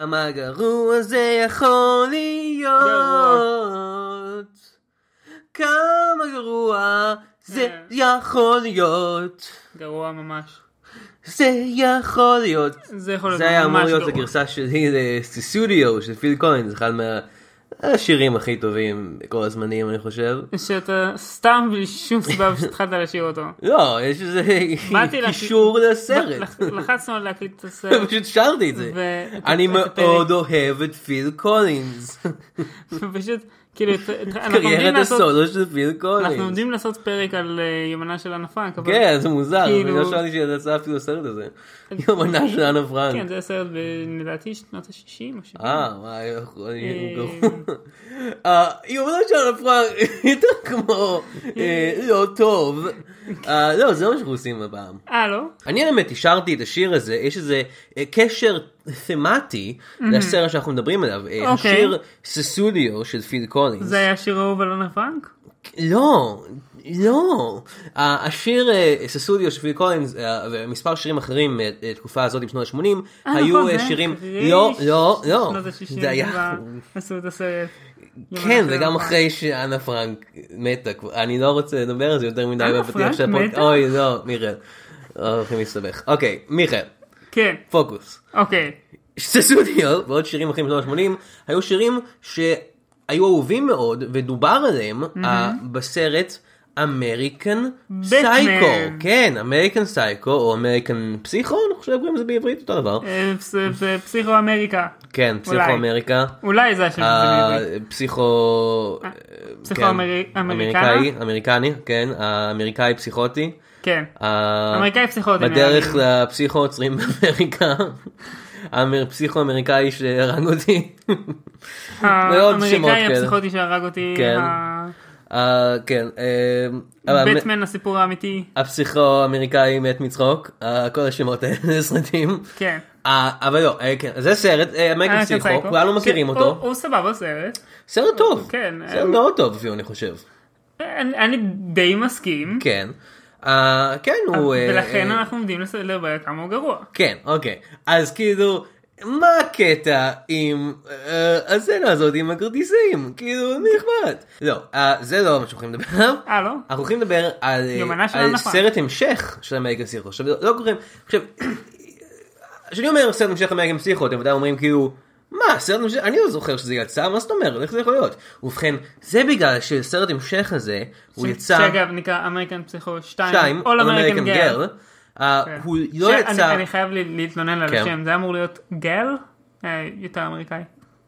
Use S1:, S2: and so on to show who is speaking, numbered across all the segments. S1: כמה גרוע זה יכול להיות. כמה גרוע זה
S2: אה.
S1: יכול להיות.
S2: גרוע ממש.
S1: זה יכול להיות.
S2: זה יכול להיות
S1: זה היה אמור
S2: ממש
S1: להיות
S2: גרוע.
S1: הגרסה שלי לסטודיו של פיל קוין, זה אחד מהשירים הכי טובים בכל הזמנים אני חושב.
S2: שאתה סתם בלי שום סיבה פשוט התחלת לשיר אותו.
S1: לא, יש איזה
S2: באתי להקליט-
S1: קישור לסרט.
S2: לח- לחצנו על להקליט את הסרט.
S1: פשוט שרתי את זה.
S2: ו-
S1: אני
S2: את הפרק.
S1: מאוד אוהב את פיל קולינס.
S2: ופשוט, כאילו, את- אנחנו עומדים
S1: קריירת
S2: לעשות-
S1: הסולו של פיל
S2: אנחנו
S1: קולינס.
S2: עומדים לעשות פרק על אה, יומנה של ענף פאנק, אבל...
S1: כן, זה מוזר,
S2: כאילו-
S1: אני לא שמעתי שיצא אפילו הסרט הזה. יומנה של אנה
S2: כן,
S1: פרנק.
S2: זה סרט ב- לדעתי שנות ה-60 או 70.
S1: אה, וואי, הוא
S2: אה.
S1: גרוע. אה, יומנה של אנה פרנק יותר כמו אה, לא טוב. אה, לא, זה מה שאנחנו עושים הפעם.
S2: אה, לא?
S1: אני האמת השארתי את השיר הזה, יש איזה אה, קשר תמטי לסרט שאנחנו מדברים עליו, אה,
S2: אוקיי.
S1: השיר ססודיו של פיל קולינס.
S2: זה היה שיר אהוב על ענף פאנק?
S1: לא, לא. ה- השיר אה, ססודיו של פיל קולינס אה, ומספר שירים אחרים מהתקופה הזאת בשנות ה-80
S2: אה,
S1: היו
S2: נכון,
S1: אה,
S2: זה
S1: שירים,
S2: אחרי
S1: לא, לא, לא,
S2: שנות ה-שישים
S1: זה היה,
S2: כבר עשו את הסרט.
S1: כן,
S2: יומנה של
S1: וגם
S2: ענף פאנק.
S1: אחרי שאנה פרנק מתה, כבר- אני לא רוצה לדבר על זה יותר מדי,
S2: אנה
S1: בבטיח
S2: פרנק
S1: שהפרק-
S2: מתה?
S1: אוי, לא, מיכאל, הולכים להסתבך. אוקיי, מיכאל,
S2: כן,
S1: פוקוס.
S2: אוקיי.
S1: ססודיו אה? ועוד שירים אחרים בשנות ה-80 היו שירים שהיו אהובים מאוד ודובר עליהם אה, בסרט אמריקן סייקו. כן, אמריקן סייקו או אמריקן פסיכו, אני חושב שקוראים לזה בעברית אותו דבר.
S2: אה, פס- פס- פסיכו אמריקה.
S1: כן, פסיכו אמריקה.
S2: אולי זה השם הזה
S1: אה,
S2: בעברית.
S1: פסיכו... אה,
S2: פסיכו
S1: כן,
S2: אמרי- אמריקנה?
S1: אמריקאי, אמריקני, כן, האמריקאי פסיכוטי.
S2: כן.
S1: אה,
S2: אמריקאי פסיכוטי. נראה
S1: בדרך
S2: לי.
S1: לפסיכו עוצרים באמריקה. הפסיכו אמריקאי שהרג אותי. ועוד שמות
S2: האמריקאי
S1: כאלה.
S2: הפסיכוטי שהרג אותי.
S1: כן.
S2: ה-
S1: אה, כן, אה, אבל
S2: בטמן הסיפור האמיתי.
S1: הפסיכו האמריקאי מת מצחוק, אה, כל השמות האלה זה סרטים.
S2: כן.
S1: אה, אבל לא, אה, כן, זה סרט, אה, מייקל
S2: אמריקן
S1: פסיכו,
S2: סייקו.
S1: כולנו
S2: כן,
S1: מכירים
S2: הוא-
S1: אותו.
S2: הוא סבבה סרט.
S1: סרט טוב,
S2: כן,
S1: סרט
S2: אה,
S1: מאוד טוב אפילו אני חושב.
S2: אני אני די מסכים.
S1: כן. אה, כן, הוא... אה,
S2: ולכן
S1: אה,
S2: אנחנו עומדים לס- לדבר כמה הוא גרוע.
S1: כן, אוקיי. אז כאילו, מה הקטע עם אה, הסצנה הזאת עם הכרטיסים? כאילו, מי אכפת? לא, אה, זה לא מה שאנחנו הולכים לדבר עליו.
S2: אה לא?
S1: אנחנו הולכים לדבר על, אה,
S2: יומנה של
S1: על
S2: הנפה.
S1: סרט המשך של אמריקן פסיכו. עכשיו, לא לא קוראים, עכשיו, כשאני אומר סרט המשך אמריקן פסיכו, אתם ודאי אומרים כאילו, מה, סרט המשך, אני לא זוכר שזה יצא, מה זאת אומרת, איך זה יכול להיות? ובכן, זה בגלל שסרט המשך הזה, הוא
S2: ש-
S1: יצא...
S2: שאגב נקרא אמריקן פסיכו 2.
S1: שתיים,
S2: All American Girl.
S1: אה,
S2: כן.
S1: הוא לא
S2: שאני-
S1: יצא,
S2: אני חייב ל- להתלונן על
S1: כן.
S2: השם. זה אמור להיות גל? אה, יותר אמריקאי.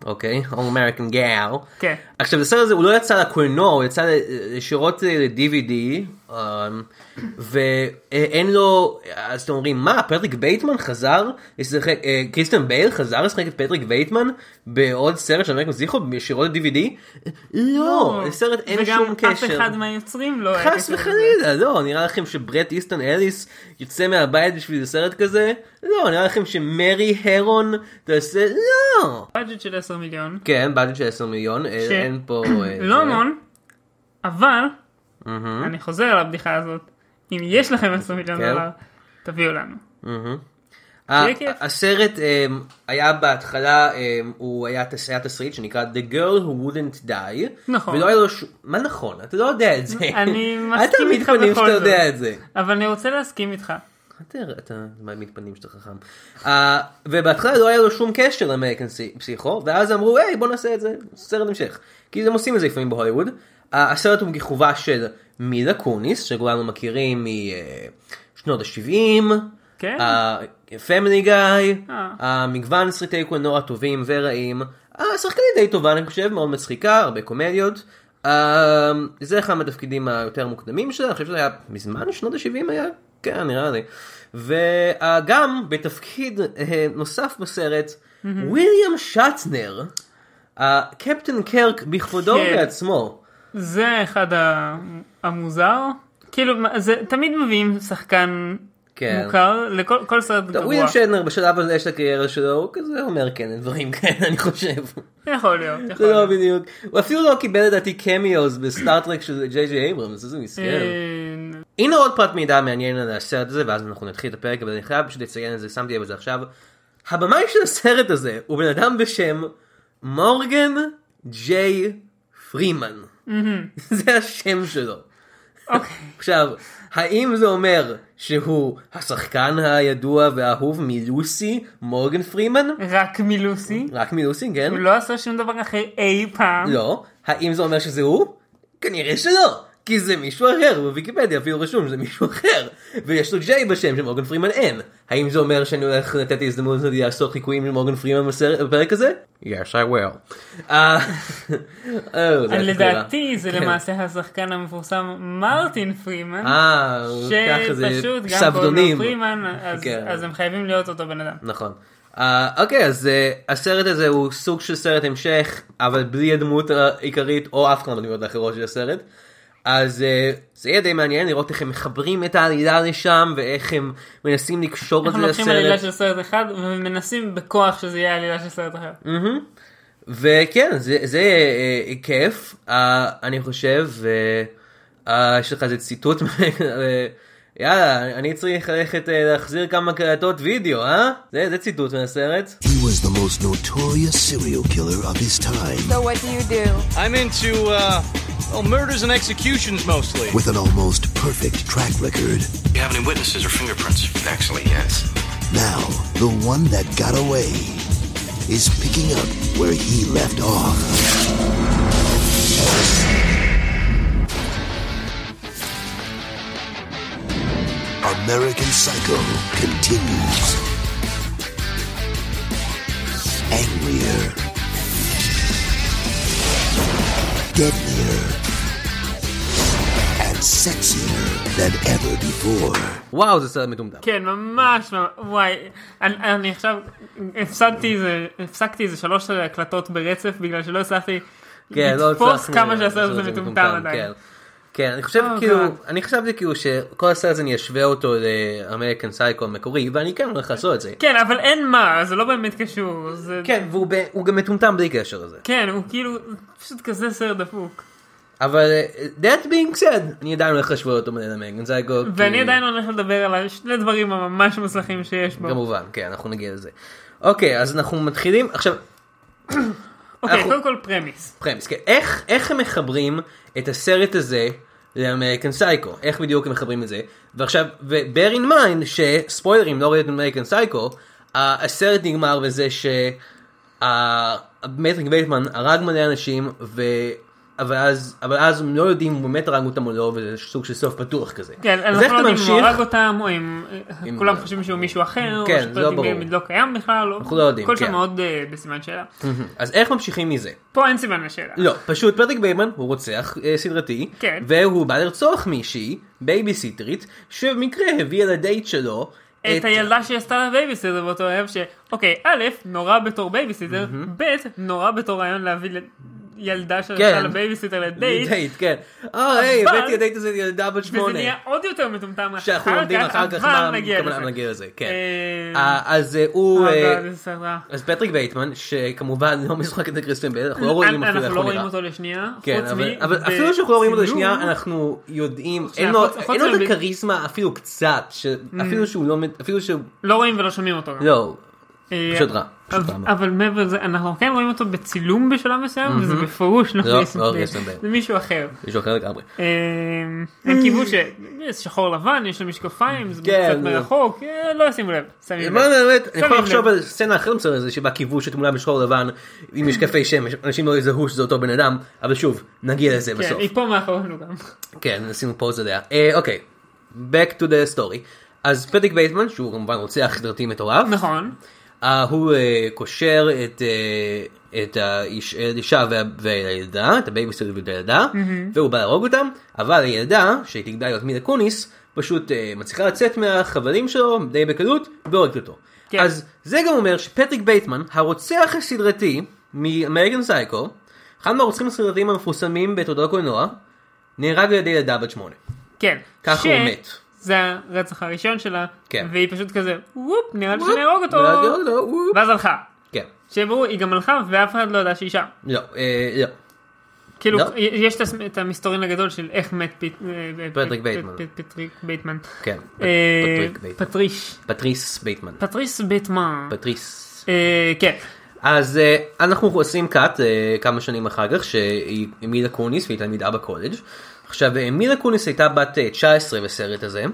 S1: אוקיי, All American Gal.
S2: כן.
S1: עכשיו הסרט הזה הוא לא יצא לקולנוע, הוא יצא ל- ישירות אה, ל-DVD, אמ, ואין לו, אז אתם אומרים, מה, פטריק בייטמן חזר לשחק, אה, קריסטן בייל חזר לשחק את פטריק בייטמן בעוד סרט של אמריקן זיכרו ישירות ל-DVD? לא, לסרט אין שום
S2: וגם אף
S1: קשר.
S2: אחד מהיוצרים לא... היה
S1: חס
S2: קשר לזה.
S1: וחלילה, לא, נראה לכם שברט איסטון אליס יוצא מהבית בשביל סרט כזה? לא, נראה לכם שמרי הרון תעשה, לא.
S2: בדג'ט של 10 מיליון.
S1: כן, באג'ט של 10 מיליון, אה,
S2: ש-
S1: אין פה... אה,
S2: לא
S1: זה.
S2: המון, אבל אני חוזר על הבדיחה הזאת. אם יש לכם 10 מיליון
S1: כן.
S2: דולר, תביאו לנו.
S1: ה-
S2: כיף.
S1: אה, הסרט אמ, היה בהתחלה, אמ, הוא היה תס- היה תסריט שנקרא The Girl Who Wouldn't Die.
S2: נכון.
S1: ולא היה לו שום... מה נכון? אתה לא יודע את זה.
S2: אני
S1: אל
S2: מסכים
S1: תעמיד
S2: איתך
S1: פנים
S2: בכל
S1: שאתה
S2: זאת.
S1: יודע את זה.
S2: אבל אני רוצה להסכים איתך.
S1: אתה- אתה מעמיד פנים שאתה חכם. אה, ובהתחלה לא היה לו שום קשר לאמריקן סי- פסיכו, ואז אמרו, היי, בוא נעשה את זה, סרט המשך. כי הם עושים את זה לפעמים בהוליווד. אה, הסרט הוא בכיכובה של מילה קוניס, שכולנו מכירים אה, משנות ה-70.
S2: כן.
S1: אה, Uh, פמילי גיא,
S2: אה.
S1: uh, מגוון סרטי קולנוע טובים ורעים, אה, שחקנית די טובה אני חושב, מאוד מצחיקה, הרבה קומדיות. אה, זה אחד מהתפקידים היותר מוקדמים שלה, אני חושב שזה היה מזמן, שנות ה-70 היה? כן, נראה לי. וגם בתפקיד אה, נוסף בסרט, ויליאם שטנר, אה, קפטן קרק בכבודו
S2: כן.
S1: ובעצמו.
S2: זה אחד ה- המוזר. כאילו, מה- זה תמיד מביאים שחקן
S1: כן.
S2: מוכר לכל כל סרט גרוע.
S1: וויליאם שטנר בשלב הזה של הקריירה שלו, הוא כזה אומר כן דברים כאלה, אני חושב.
S2: יכול להיות. יכול
S1: זה לא
S2: להיות.
S1: בדיוק. הוא אפילו לא קיבל לדעתי קמיוס בסטארטרק של ג'יי ג'יי אייברמס, איזה מסכן. כן.
S2: אה,
S1: הנה עוד פרט מידע מעניין על הסרט הזה, ואז אנחנו נתחיל את הפרק, אבל אני חייב פשוט לציין את זה, שמתי לב לזה עכשיו. הבמאי של הסרט הזה הוא בן אדם בשם מורגן ג'יי פרימן. זה השם שלו.
S2: אוקיי.
S1: עכשיו, האם זה אומר שהוא השחקן הידוע והאהוב מלוסי, מורגן פרימן?
S2: רק מלוסי.
S1: רק מלוסי, כן?
S2: הוא לא עשה שום דבר אחר אי פעם.
S1: לא. האם זה אומר שזה הוא? כנראה שלא. כי זה מישהו אחר, בוויקיפדיה אפילו רשום שזה מישהו אחר. ויש לו ג'יי בשם שמורגן פרימן אין. האם זה אומר שאני הולך לתת הזדמנות לזה לעשות חיקויים למורגן פרימן בסרט- בפרק הזה? Yes, I will. אה, אה, זה
S2: לדעתי זה
S1: כן.
S2: למעשה השחקן המפורסם מרטין פרימן.
S1: אה, ככה זה
S2: שפשוט גם קוראים לו
S1: סבדונים.
S2: פרימן, אז-
S1: כן.
S2: אז הם חייבים להיות אותו בן אדם.
S1: נכון. אה, אוקיי, אז אה, הסרט הזה הוא סוג של סרט המשך, אבל בלי הדמות העיקרית או אף אחד מהדמויות האחרות של הסרט. אז אה, זה יהיה די מעניין לראות איך הם מחברים את העלילה לשם ואיך הם מנסים לקשור את
S2: אנחנו
S1: זה
S2: לוקחים עלילה
S1: לסרט.
S2: של סרט אחד ומנסים בכוח שזה יהיה עלילה של סרט אחר.
S1: מהמם. וכן, זה, זה אה, כיף, אה, אני חושב, ו- אה, יש לך איזה ציטוט, אה, יאללה, אני צריך ללכת אה, להחזיר כמה קלטות וידאו, אה? זה, זה ציטוט מהסרט.
S3: He was the most notorious serial killer of his time,
S4: So what do you do?
S5: I'm into uh, well, murders and executions mostly.
S3: with an almost perfect track record.
S6: You have any witnesses or fingerprints? Actually, yes.
S3: Now, the one that got away is picking up where he left off. American Psycho continues. Angrier. Deadlier. And sexier than ever before.
S1: וואו, זה סרט מטומטם.
S2: כן, ממש, ממש, וואי, אני, אני עכשיו הפסדתי איזה, הפסקתי איזה שלוש הקלטות ברצף בגלל שלא הצלחתי
S1: כן, לא
S2: לתפוס
S1: הצלחנו
S2: כמה שהסרט
S1: לעשות
S2: הזה
S1: את זה
S2: מטומטם עדיין.
S1: כן. כן, אני חושב
S2: Oh,
S1: כאילו,
S2: God.
S1: אני חשבתי כאילו שכל הסרט הזה אני אשווה אותו לאמריקן סייקו המקורי, ואני כן הולך לעשות את זה.
S2: כן, אבל אין מה, זה לא באמת קשור. זה...
S1: כן, והוא ב- הוא גם מטומטם בלי קשר לזה.
S2: כן, הוא כאילו, פשוט כזה סרט דפוק.
S1: אבל אה, that being said, אני עדיין הולך להשוות אותו לאמריקן סייקו.
S2: ואני עדיין לא- הולך לדבר על השני דברים הממש מוצלחים שיש בו.
S1: כמובן, כן, אנחנו נגיע לזה. אוקיי, אז אנחנו מתחילים, עכשיו,
S2: אוקיי,
S1: אנחנו-
S2: קודם כל פרמיס.
S1: פרמיס, כן, איך, איך הם מחברים את הסרט הזה לאמריקן סייקו? איך בדיוק הם מחברים את זה? ועכשיו, ו-bear in mind שספוילרים, לא ראיתם אמריקן סייקו, הסרט נגמר בזה שמטריק בייטמן הרג מלא אנשים, ו... אבל אז, אבל אז הם לא יודעים אם הוא באמת הרג אותם או לא, וזה סוג של סוף פתוח כזה.
S2: כן,
S1: אז
S2: אנחנו
S1: איך
S2: לא
S1: אתה
S2: יודעים אם הוא
S1: ממשיך?
S2: הרג אותם, או אם אה,
S1: אם-
S2: כולם חושבים שהוא מישהו אחר,
S1: כן,
S2: או
S1: זה
S2: שאתה
S1: לא
S2: יודעים
S1: ברור.
S2: אם לא קיים בכלל, או-
S1: אנחנו לא יודעים,
S2: הכל
S1: כן.
S2: שם מאוד אה, בסימן שאלה.
S1: אז איך ממשיכים מזה?
S2: פה אין סימן לשאלה.
S1: לא, פשוט פטריק ביימן הוא רוצח אה, סדרתי,
S2: כן.
S1: והוא בא לרצוח מישהי, בייביסיטרית, שבמקרה הביאה לדייט שלו
S2: את הילדה שעשתה לה בייביסיטר באותו ערב, שאוקיי, אוקיי, א', נורא בתור בייביסיטר, ב', נורא בתור רעיון להביא ל- ילדה שעשתה
S1: כן.
S2: לה בייביסיטר לדייט,
S1: לדייט, כן. אה, היי,
S2: אבל-
S1: הבאתי לדייט הזה ילדה בת
S2: וזה
S1: שמונה.
S2: נהיה עוד יותר מטומטם
S1: שאנחנו לומדים אחר כך מה
S2: אבל נגיע
S1: כמובן,
S2: לזה.
S1: נגיע לזה, כן.
S2: אה,
S1: אה, אז אה, הוא...
S2: אה,
S1: אה,
S2: God, איזה סרט רע.
S1: אז פטריק בייטמן, שכמובן לא משחק את הקריסטיאן בייל, אנחנו לא רואים אפילו איך
S2: אנחנו לא
S1: הוא
S2: רואים
S1: נראה.
S2: אותו לשנייה,
S1: כן,
S2: חוץ
S1: אבל-
S2: מ-
S1: אבל אפילו שאנחנו לא רואים אותו לשנייה,
S2: בצילום.
S1: אנחנו יודעים,
S2: שנייה,
S1: אין לו
S2: חוץ- Mm.
S1: אין
S2: חוץ
S1: לו את
S2: מב-
S1: הכריסמה אפילו קצת, ש- אפילו שהוא לא, מ- אפילו שהוא,
S2: לא רואים ולא שומעים אותו. גם.
S1: לא,
S2: אה,
S1: פשוט רע, פשוט
S2: אבל-
S1: רע מאוד.
S2: אבל מעבר לזה, אנחנו כן רואים אותו בצילום בשלב מסוים, וזה בפירוש לא
S1: לא, לא
S2: קריסטיאן בייל.
S1: קריסטיאן בייל.
S2: זה מישהו אחר.
S1: מישהו אחר לגמרי.
S2: אה, הם קיוו שיש שחור לבן, יש לו משקפיים, זה
S1: כן,
S2: קצת
S1: זה-
S2: מרחוק, אה, לא ישימו לב. שמים
S1: למען
S2: לב.
S1: האמת, אני יכול
S2: שמים
S1: לחשוב
S2: לב.
S1: על סצנה אחרת בסרט הזה שבה קיוו שתמונה בשחור לבן עם משקפי שמש, אנשים לא יזהו שזה אותו בן אדם, אבל שוב, נגיע לזה
S2: כן,
S1: בסוף.
S2: היא פה מאחורינו גם.
S1: כן, עשינו פוז עליה. אה, אוקיי, back to the story. אז פטיק בייטמן, שהוא כמובן רוצח סדרתי מטורף,
S2: נכון.
S1: אה, הוא אה, קושר את אה, את האיש- האישה וה- והילדה, את הבייביסטר ואת הילדה, והוא בא להרוג אותם, אבל הילדה, שהיא תגדל להיות מילה קוניס, פשוט אה, מצליחה לצאת מהחבלים שלו די בקלות, והורגת אותו.
S2: כן.
S1: אז זה גם אומר שפטריק בייטמן, הרוצח הסדרתי מאמריקן סייקו, אחד מהרוצחים הסדרתיים המפורסמים בתולדות הקולנוע, נהרג על ידי ילדה בת שמונה.
S2: כן.
S1: ככה
S2: ש-
S1: הוא מת.
S2: זה הרצח הראשון שלה,
S1: כן.
S2: והיא פשוט כזה, וופ, נראה לי שנהרוג אותו.
S1: נהרג אותו, וופ.
S2: ואז הלכה.
S1: כן.
S2: שיהיה ברור, היא גם הלכה ואף אחד לא ידע שהיא שם.
S1: לא, אה, לא.
S2: כאילו,
S1: לא.
S2: יש את הס- את המסתורין הגדול של איך מת פיט- אה,
S1: פטריק
S2: פ-
S1: בייטמן.
S2: פ- פ- פטריק בייטמן.
S1: כן, פ-
S2: אה,
S1: פטריק בייטמן.
S2: פטריש.
S1: פטריס בייטמן.
S2: פטריס בייטמן.
S1: פטריס.
S2: אה, כן.
S1: אז אה, אנחנו עושים קאט אה, כמה שנים אחר כך שהיא מילה קוניס והיא תלמידה בקולג'. עכשיו אה, מילה קוניס הייתה בת אה, 19 בסרט הזה,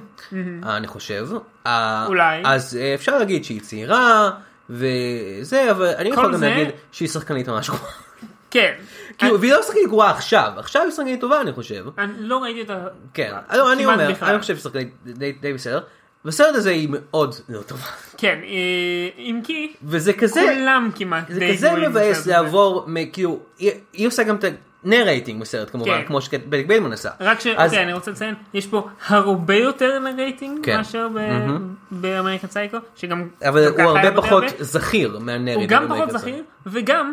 S1: אה, אני חושב. אה,
S2: אולי.
S1: אז אה, אפשר להגיד שהיא צעירה וזה, אבל אני יכול
S2: כל
S1: גם
S2: זה-
S1: להגיד שהיא שחקנית ממש גרועה.
S2: כן.
S1: כאילו, והיא לא שחקנית גרועה עכשיו, עכשיו היא שחקנית טובה אני חושב.
S2: אני לא ראיתי אותה.
S1: כן, לא, אני
S2: אה, כמעט
S1: אומר,
S2: בכלל.
S1: אני חושב שהיא שחקנית די- די בסדר. בסרט הזה היא מאוד לא טובה.
S2: כן, אה, אם כי,
S1: וזה כזה...
S2: כולם כמעט
S1: זה
S2: די
S1: כזה
S2: גרועים
S1: מבאס
S2: בסרט הזה.
S1: לעבור, מ- כאילו, היא- היא עושה גם את הנרייטינג בסרט כמובן,
S2: כן.
S1: כמו שבדיק ביימן עשה.
S2: רק ש...
S1: אז-
S2: אוקיי, אני רוצה לציין, יש פה הרבה יותר רייטינג
S1: כן.
S2: מאשר ב- באמריקן סייקו, שגם...
S1: אבל
S2: גם ככה
S1: הוא
S2: היה
S1: הרבה פחות
S2: הרבה.
S1: זכיר מהנרייטינג.
S2: הוא גם פחות
S1: האמריקאי הזה.
S2: זכיר, וגם...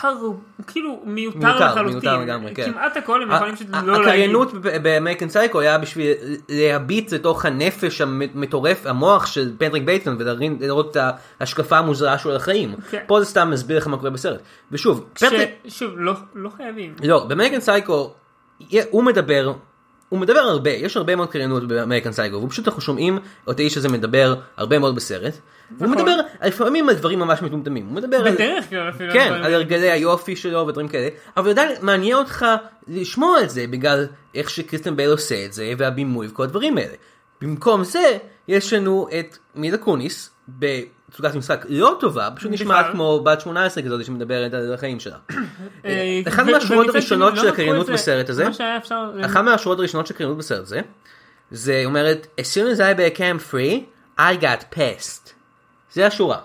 S2: הר- כאילו מיותר
S1: מיותר,
S2: לחלוטין,
S1: מיותר לגמרי, כן.
S2: כמעט הכל הם
S1: ה-
S2: יכולים פשוט
S1: ה-
S2: לא להגיד,
S1: הקריינות ב- באמריקן סייקו היה בשביל להביט לתוך הנפש המטורף, המוח של פטריק בייטון ולראות את ההשקפה המוזרה שלו על החיים.
S2: כן.
S1: פה זה סתם מסביר לך מה קורה בסרט. ושוב, פטריק...
S2: ששוב לא- לא חייבים,
S1: לא, באמריקן סייקו, יה- הוא מדבר, הוא מדבר הרבה, יש הרבה מאוד קריינות באמריקן סייקו, ופשוט אנחנו שומעים את האיש הזה מדבר הרבה מאוד בסרט. הוא
S2: נכון.
S1: מדבר לפעמים על דברים ממש מטומטמים, הוא מדבר על...
S2: בדרך כלל אפילו,
S1: כן,
S2: אבל-
S1: על הרגלי היופי שלו ודברים כאלה, אבל עדיין מעניין אותך לשמוע על זה בגלל איך שקריסטן בייל עושה את זה והבימוי וכל הדברים האלה. במקום זה, יש לנו את מילה קוניס בתצוגת משחק לא טובה, פשוט נשמעת
S2: בכלל.
S1: כמו בת 18 כזאת שמדברת על החיים שלה.
S2: אה,
S1: אחד
S2: ו-
S1: מהשורות
S2: ומצד שני,
S1: הראשונות
S2: לא
S1: של
S2: לקחו
S1: הקריינות
S2: את זה-
S1: בסרט הזה.
S2: מה שהיה אפשר,
S1: אחת מהשורות הראשונות של קריינות בסרט זה, זה היא אומרת, as soon as I became free, I got pissed. זה השורה.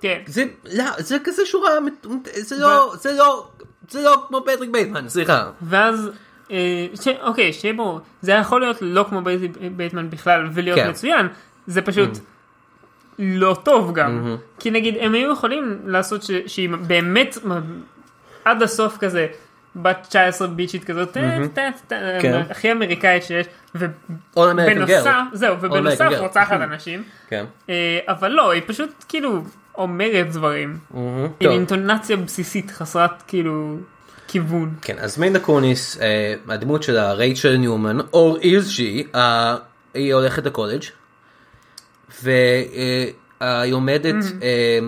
S2: כן,
S1: זה, לא, זה כזה שורה, מט- זה לא, זה לא, זה לא כמו פטריק בייטמן, סליחה.
S2: ואז, אה, ש- אוקיי, שיהיה ברור, זה היה יכול להיות לא כמו בייט- בייטמן בכלל ולהיות
S1: כן.
S2: מצוין, זה פשוט לא טוב גם. כי נגיד, הם היו יכולים לעשות ש- שהיא באמת מ- עד הסוף כזה, בת 19 ביצ'ית כזאת, טה, טה, טה,
S1: כן.
S2: הכי אמריקאית שיש,
S1: All American
S2: ובנוסף,
S1: Girl.
S2: זהו, ובנוסף
S1: Girl.
S2: רוצחת אנשים,
S1: כן.
S2: אה, אבל לא, היא פשוט כאילו אומרת דברים, עם
S1: טוב.
S2: אינטונציה בסיסית חסרת כאילו כיוון.
S1: כן, אז מינדה קוניס, אה, הדמות שלה, רייצ'ל ניומן, או איז שהיא, אה, היא הולכת לקולג' והיא עומדת אה,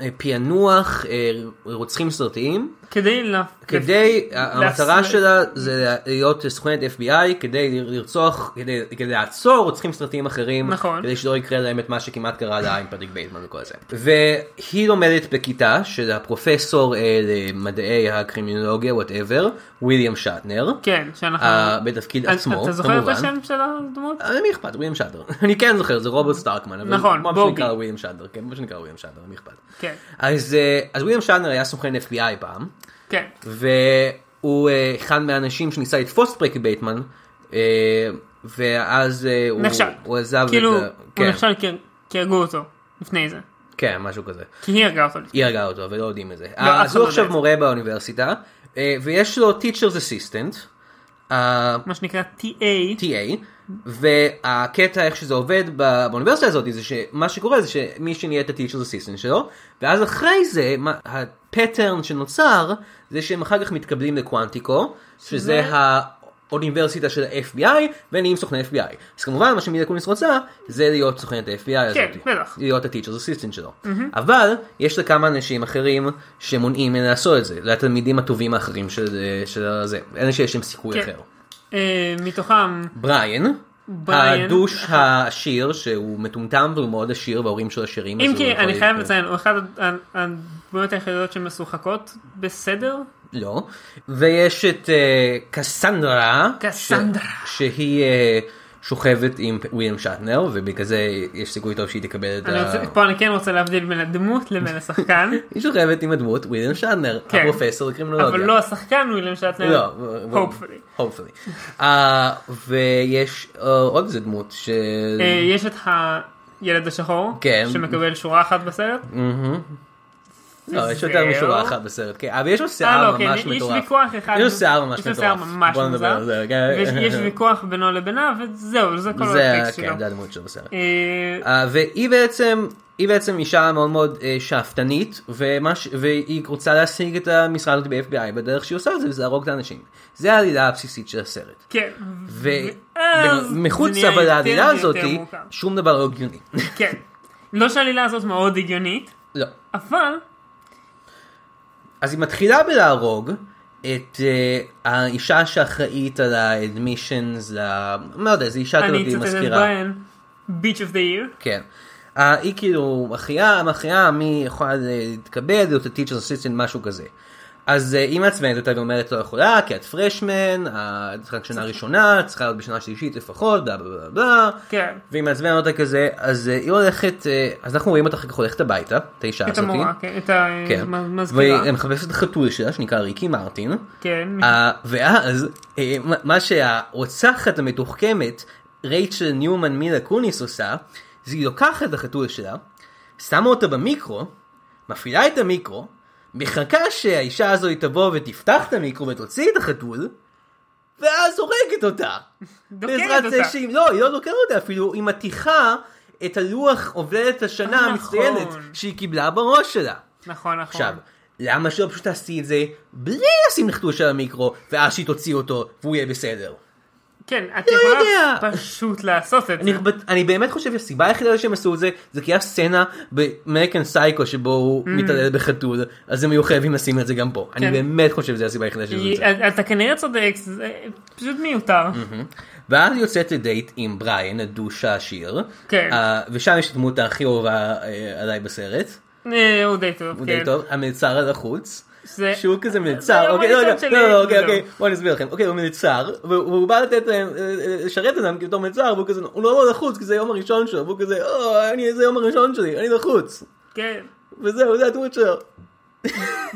S1: אה, פענוח אה, רוצחים סרטיים.
S2: כדי לה...
S1: כדי, המטרה
S2: להס-
S1: שלה זה להיות סוכנת FBI, כדי לרצוח, כדי כדי לעצור רוצחים סרטים אחרים,
S2: נכון.
S1: כדי שלא יקרה להם את מה שכמעט קרה לה עם פטריק בייטמן וכל זה. והיא לומדת בכיתה של הפרופסור אה, למדעי הקרימינולוגיה, וואטאבר, וויליאם שטנר,
S2: כן, שאנחנו...
S1: אה, בתפקיד
S2: אתה-
S1: עצמו,
S2: אתה זוכר את
S1: כמובן.
S2: השם של הדמות?
S1: אה, מי אכפת? וויליאם שטנר. אני כן זוכר, זה רוברט סטארקמן. אבל
S2: נכון,
S1: מה
S2: בוגי.
S1: שנקרא לו וויליאם שטנר, כן, מה שנקרא וויליאם שטנר, מי אכפת?
S2: כן.
S1: אז אה, אז וויליאם שטנר היה סוכן FBI פעם.
S2: כן.
S1: והוא אה, אחד מהאנשים שניסה לתפוס את פרקי בייטמן, אה, ואז אה, הוא-
S2: נחשב.
S1: הוא עזב
S2: כאילו,
S1: את זה.
S2: הוא
S1: כן,
S2: נחשב כי כי הרגו אותו לפני זה.
S1: כן, משהו כזה.
S2: כי היא הרגה אותו. לפני.
S1: היא הרגה אותו, אבל לא יודעים את זה.
S2: אף אחד
S1: אז
S2: לא
S1: הוא
S2: יודע
S1: עכשיו
S2: את זה.
S1: מורה באוניברסיטה, אה, ויש לו teacher's assistant, אה,
S2: מה שנקרא TA.
S1: TA, והקטע איך שזה עובד ב- באוניברסיטה הזאת זה שמה שקורה זה שמי שנהיה את ה-teacher's assistant שלו, ואז אחרי זה מה- הפטרן שנוצר זה שהם אחר כך מתקבלים לקוונטיקו, שזה האוניברסיטה של ה-FBI, ונהיים סוכני FBI. אז כמובן מה שמילה קוניס רוצה זה להיות סוכנת ה-FBI
S2: כן,
S1: הזאת.
S2: בטח.
S1: להיות ה-teacher's assistant שלו. אבל יש לה כמה אנשים אחרים שמונעים ממנה לעשות את זה, זה התלמידים הטובים האחרים של אה, של זה, אלה שיש להם סיכוי
S2: כן.
S1: אחר.
S2: אה, מתוכם,
S1: בריין,
S2: בריין.
S1: הדוש העשיר שהוא מטומטם והוא מאוד עשיר וההורים שלו עשירים.
S2: אם
S1: אז הוא
S2: כי
S1: יכול
S2: אני חייב
S1: להתקיים.
S2: לציין, הוא אחד הד- הדמויות היחידות שמשוחקות בסדר.
S1: לא. ויש את אה, קסנדרה.
S2: קסנדרה.
S1: ש- שהיא אה, שוכבת עם וויליאם שטנר ובגלל זה יש סיכוי טוב שהיא תקבל את
S2: אני
S1: ה...
S2: רוצה- פה אני כן רוצה להבדיל בין הדמות לבין השחקן,
S1: היא שוכבת עם הדמות וויליאם שטנר,
S2: כן.
S1: הפרופסור לקרימינולוגיה.
S2: אבל לא השחקן הוא אילן
S1: לא,
S2: שטנר. hopefully.
S1: hopefully. אה, ויש אה, עוד איזה דמות ש...
S2: אה, יש את הילד השחור,
S1: כן.
S2: שמקבל שורה אחת בסרט,
S1: לא, יש יותר
S2: זהו.
S1: משורה אחת בסרט, כן, אבל יש לו
S2: אה,
S1: שיער
S2: לא, כן,
S1: ממש
S2: יש
S1: מטורף.
S2: ויכוח אחד.
S1: יש לו שיער ממש
S2: יש לו שיער
S1: מטורף.
S2: ממש
S1: בוא נדבר
S2: מוזר.
S1: על זה, כן.
S2: ויש יש ויכוח בינו לבינה, וזהו, זה כל
S1: זה,
S2: הטקסט שלו.
S1: כן, זה הדמות שלו בסרט.
S2: אה,
S1: אה, והיא בעצם, היא בעצם אישה מאוד מאוד אה, שאפתנית, ומה ש- והיא רוצה להשיג את המשרה הזאת ב-FBI בדרך שהיא עושה את זה, וזה להרוג את האנשים. זה העלילה הבסיסית של הסרט.
S2: כן. ואז זה
S1: ומחוץ
S2: נהיה יותר
S1: לעלילה
S2: ויותר
S1: הזאת,
S2: מורכב.
S1: שום דבר לא הגיוני.
S2: כן. לא שהעלילה הזאת מאוד הגיונית,
S1: לא.
S2: אבל
S1: אז היא מתחילה בלהרוג את אה, האישה שאחראית על האדמישנס, לא יודע, זו אישה תל
S2: אני
S1: אביב
S2: אצטט את
S1: מזכירה.
S2: בריאן, ביץ' אוף דה ייר.
S1: כן. Uh, היא כאילו מכריעה, מכריעה מי יכולה להתקבל, להיות ה-teacher's assistant, משהו כזה. אז uh, היא מעצבנת אותה ואומרת לא יכולה, כי את פרשמן, את צריכה להיות שנה ראשונה, את צריכה להיות בשנה שלישית לפחות, בלה בלה בלה בלה.
S2: כן.
S1: והיא מעצבנת אותה כזה, אז uh, היא הולכת, אה, אז אנחנו רואים אותה אחר כך הולכת הביתה, את האישה
S2: את
S1: הזאת.
S2: המורה, כן, את
S1: כן.
S2: המזכירה.
S1: והיא מחפשת את החתול שלה שנקרא ריקי מרטין.
S2: כן.
S1: אה, ואז אה, מה- מה שהרוצחת המתוחכמת רייצ'ל ניומן מילה קוניס עושה זה היא לוקחת את החתול שלה, שמה אותה במיקרו, מפעילה את המיקרו, מחכה שהאישה הזו היא תבוא ותפתח את המיקרו ותוציא את החתול ואז הורגת אותה.
S2: דוקרת
S1: בעזרת זה
S2: אותה.
S1: שהיא, לא, היא לא דוקרת אותה אפילו, היא מתיחה את הלוח עובדת השנה
S2: אה,
S1: המצטיינת
S2: נכון.
S1: שהיא קיבלה בראש שלה.
S2: נכון,
S1: עכשיו,
S2: נכון.
S1: למה שלא פשוט תעשי את זה בלי לשים נחתול של המיקרו, ואז שהיא תוציא אותו, והוא יהיה בסדר?
S2: כן, את
S1: לא
S2: יכולה
S1: יודע.
S2: פשוט לעשות את זה.
S1: אני, אני באמת חושב שהסיבה היחידה שהם עשו את זה, זה כי היה סצנה באמריקן סייקו שבו הוא מתעלל בחתול, אז הם היו חייבים לשים את זה גם פה. אני
S2: Mm. כן.
S1: באמת חושב שזו הסיבה היחידה שהם עשו את זה.
S2: היא- אתה כנראה צודק, זה פשוט מיותר.
S1: ואז היא יוצאת לדייט עם בריין, הדוש העשיר,
S2: כן.
S1: אה, ושם יש את הדמות הכי אהובה אה, עליי בסרט,
S2: אה, הוא די טוב,
S1: הוא
S2: כן.
S1: די טוב, המלצר על החוץ.
S2: זה-
S1: שהוא כזה
S2: זה
S1: מלצר,
S2: היום
S1: אוקיי, לא,
S2: הראשון
S1: לא,
S2: שלי,
S1: לא, לא, אוקיי,
S2: זהו.
S1: אוקיי, בואו אני אסביר לכם, אוקיי, הוא מלצר, והוא והוא בא לתת להם, אה, אה, לשרת אותם בתור מלצר, והוא כזה, הוא לא מאוד לחוץ, כי זה היום הראשון שלו, והוא כזה, או, אני, זה היום הראשון שלי, אני לחוץ,
S2: כן.
S1: וזהו, זה הדמות שלו,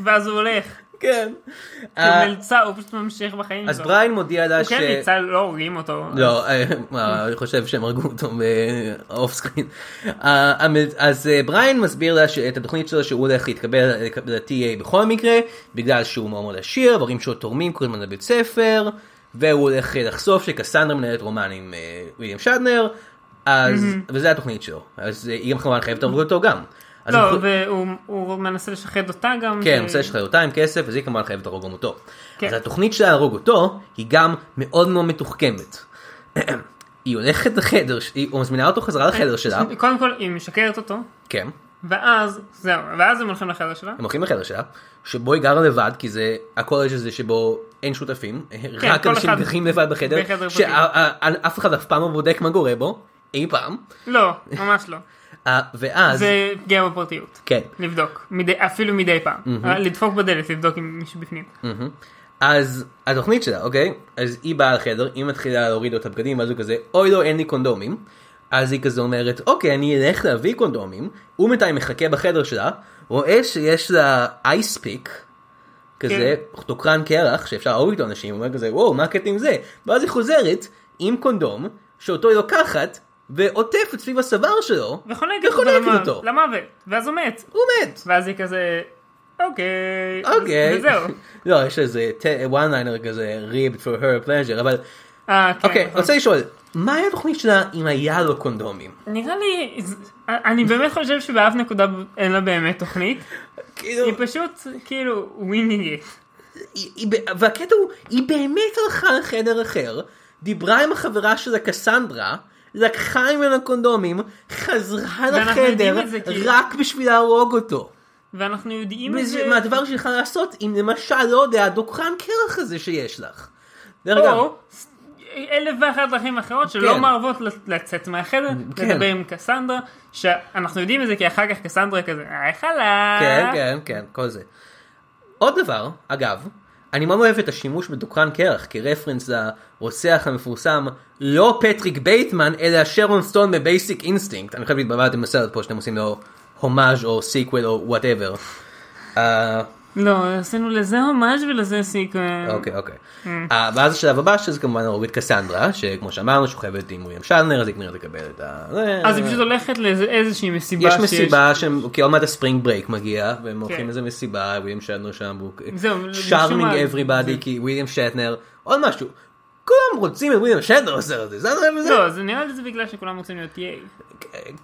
S2: ואז הוא הולך.
S1: כן.
S2: הוא
S1: אה,
S2: מלצה, הוא פשוט ממשיך בחיים
S1: אז
S2: שלו.
S1: בריין מודיע לה
S2: הוא
S1: ש...
S2: כן ניצל, לא הורגים אותו.
S1: לא, אה, מה, אני חושב שהם הרגו אותו באוף סקרין. אה, המ- אז אה, בריין מסביר לה ש- את התוכנית שלו שהוא הולך להתקבל לקבל ל-TA בכל מקרה, בגלל שהוא מאוד מאוד עשיר, והורים שלו תורמים כל הזמן לבית ספר, והוא הולך אה, לחשוף שקסנדרה מנהלת רומן עם אה, ויליאם שדנר, אז, וזה התוכנית שלו. אז אה, היא גם כמובן חייבת להרוג אותו גם. אז
S2: לא,
S1: הם חו-
S2: והוא הוא מנסה לשחד אותה גם.
S1: כן,
S2: ש-
S1: הוא רוצה לשחרר אותה עם כסף, אז היא כמובן חייבת להרוג גם אותו.
S2: אוקיי. כן.
S1: אז התוכנית שלה להרוג אותו, היא גם מאוד מאוד מתוחכמת. היא הולכת לחדר, ש- היא הוא מזמינה אותו חזרה לחדר שלה,
S2: קודם כל, היא משקרת אותו,
S1: כן,
S2: ואז, זהו, ואז הם הולכים לחדר שלה.
S1: הם הולכים לחדר שלה, שבו היא גרה לבד, כי זה הקולג' הזה שבו אין שותפים, רק
S2: כן, כל
S1: אנשים
S2: אחד
S1: גרים לבד
S2: בחדר
S1: בחדר,
S2: פרטי.
S1: שאף אחד אף פעם לא בודק מה קורה בו, אי פעם,
S2: לא, ממש לא.
S1: אה, ואז,
S2: זה פגיעה בפרטיות.
S1: כן,
S2: לבדוק, מדי- אפילו מדי פעם. לדפוק בדלת, לבדוק אם מישהו בפנים.
S1: אז התוכנית שלה, אוקיי? אז היא באה לחדר, היא מתחילה להוריד לו את הבגדים, ואז הוא כזה, אוי לא, אין לי קונדומים. אז היא כזה אומרת, אוקיי, אני אלך להביא קונדומים. הוא בינתיים מחכה בחדר שלה, רואה שיש לה אייספיק, כזה,
S2: כן.
S1: דוקרן קרח, שאפשר להוריד איתו אנשים, הוא אומר כזה, וואו, מה הקטע עם זה? ואז היא חוזרת עם קונדום, שאותו היא לוקחת, ועוטפת סביב הצוואר שלו,
S2: וחונקת אותו לא.
S1: וחונקת
S2: למ-
S1: אותו.
S2: למוות, ואז הוא מת.
S1: הוא מת.
S2: ואז היא כזה, אוקיי.
S1: אוקיי.
S2: וזהו.
S1: לא, יש איזה one liner כזה, ribbed for her pleasure, אבל...
S2: אה, כן.
S1: אוקיי, okay, רוצה לשאול, מה היה התוכנית שלה אם היה לו קונדומים?
S2: נראה לי, ז- אני באמת חושב שבאף נקודה אין לה באמת תוכנית.
S1: כאילו,
S2: היא פשוט, כאילו, ווינינג it.
S1: היא- היא ב- והקטע הוא, היא באמת הלכה לחדר אחר, דיברה עם החברה שלה קסנדרה, לקחה ממנה קונדומים, חזרה
S2: ואנחנו יודעים
S1: לחדר
S2: את זה, כי-
S1: רק בשביל להרוג אותו.
S2: ואנחנו יודעים את
S1: וזה
S2: זה.
S1: מהדבר שיכולה לעשות, אם למשל, לא יודע, הדוקרן קרח הזה שיש לך. דרך אגב,
S2: או ס- אלף ואחת דרכים אחרות שלא
S1: כן.
S2: מערבות ל- לצאת מהחדר,
S1: כן.
S2: לדבר עם קסנדרה, שאנחנו יודעים את זה כי אחר כך קסנדרה כזה, היי חלה.
S1: כן, כן, כן, כל זה. עוד דבר, אגב, אני מאוד אוהב את השימוש בדוקרן קרח כרפרנס לרוצח המפורסם, לא פטריק בייטמן, אלא שרון סטון בבייסיק אינסטינקט. אני חושב שהתבלבלתם בסרט פה שאתם עושים לו הומאז' או סיקוול או וואטאבר.
S2: לא, עשינו לזה הומאז' ולזה סיקוול.
S1: אוקיי אוקיי.
S2: Mm.
S1: אה, ואז השלב הבא שזה כמובן הוריד קסנדרה שכמו שאמרנו שוכבת עם וויליאם שנדלר אז היא כנראה תקבל את ה... זה-
S2: אז היא פשוט הולכת לאיזושהי מסיבה
S1: יש
S2: שיש.
S1: מסיבה שהם כי עוד מעט הספרינג ברייק מגיע והם
S2: כן.
S1: הולכים איזה מסיבה וויליאם שטנר שם
S2: זהו, משום
S1: שרמינג
S2: מה-
S1: אבריבאדי כי וויליאם שטנר עוד משהו. כולם רוצים את וויליאם שטנר עושה את זה. זה הדבר הזה.
S2: לא, זה נראה לי זה בגלל שכולם רוצים להיות ייי.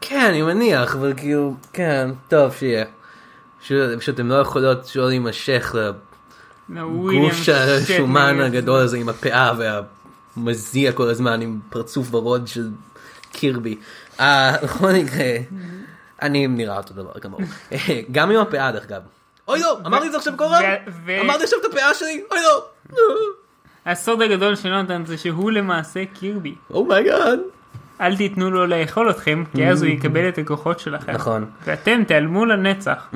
S1: כן אני מניח אבל כאילו כן טוב שיהיה. פשוט- פשוט הם לא יכולות שלא להימשך לגוף של
S2: כן,
S1: השומן
S2: אה,
S1: הגדול הזה עם הפאה והמזיע כל הזמן עם פרצוף ורוד של קירבי. אה, בכל מקרה, אני נראה אותו דבר כמוהו. אה, גם עם הפאה דרך אגב. אוי לא, אמרתי את זה עכשיו קודם?
S2: ו- ו-
S1: אמרתי עכשיו את הפאה שלי? אוי לא.
S2: הסוד הגדול של יונתן זה שהוא למעשה קירבי.
S1: Oh אומייגאד.
S2: אל תיתנו לו לאכול אתכם, כי אז הוא יקבל את הכוחות שלכם.
S1: Mm. נכון. Mm.
S2: ואתם תיעלמו לנצח.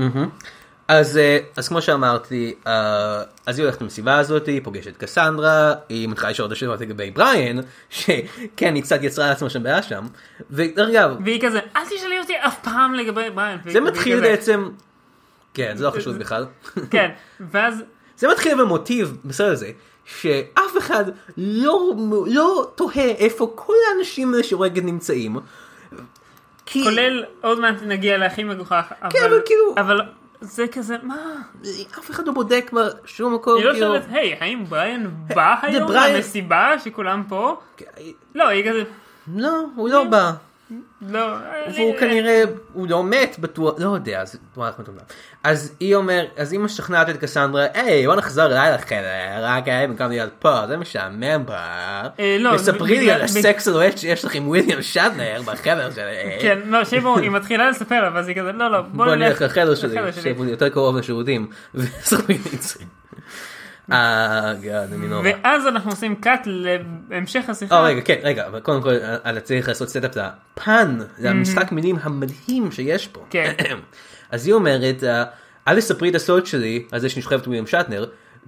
S1: אז, אה, אז כמו שאמרתי, אה, אז היא הולכת למסיבה הזאת, היא פוגשת את קסנדרה, היא מתחילה לשאול אותה שאלות לגבי בריאן, שכן, היא קצת יצרה לעצמה שם בעיה שם, ודרך אגב,
S2: והיא כזה, אל תשאלי אותי אף פעם לגבי בריין. והיא-
S1: זה
S2: והיא
S1: מתחיל
S2: כזה,
S1: בעצם, כן, זה לא חשוב בכלל.
S2: כן, ואז
S1: זה מתחיל במוטיב, בסדר זה, שאף אחד לא, לא תוהה איפה כל האנשים האלה שרגע נמצאים. כי,
S2: כולל, עוד מעט נגיע להכי מגוחך.
S1: אבל כאילו-
S2: אבל זה כזה, מה?
S1: אף אחד לא בודק בשום מקום,
S2: היא לא
S1: כאילו,
S2: שואלת, היי, האם בריין בא
S1: זה
S2: היום
S1: בריאן."
S2: למסיבה שכולם פה? לא, היא כזה,
S1: לא, הוא לא בא.
S2: לא.
S1: והוא
S2: אה,
S1: כנראה, הוא לא מת בטוח, לא יודע, אז וואלה, אנחנו טובים. אז היא אומר, אז היא משכנעת את קסנדרה, היי, בוא נחזור אליי לחדר, רק היה במקום להיות פה, זה משעמם בה.
S2: אה, לא,
S1: וספרי לי
S2: בגלל-
S1: על הסקס הלוהט שיש לך עם וויליאם שדנר בחדר שלי.
S2: כן, לא, שיבו, היא מתחילה לספר לה, ואז היא כזה, לא, לא, בוא
S1: בוא נלך
S2: נלך
S1: לחדר שלי, שהוא יותר קרוב לשירותים. וספרי לי את זה. אה, גאד, אני נורא.
S2: ואז אנחנו עושים קאט להמשך
S1: אה
S2: השיחה.
S1: רגע כן רגע אבל קודם כל אתה צריך לעשות סטאפ לפן זה המשחק מילים המדהים שיש פה.
S2: Mm-hmm. כן.
S1: אז היא אומרת אה, אל תספרי את הסוד שלי על זה שאני שוכבת עם וויליאם שטנר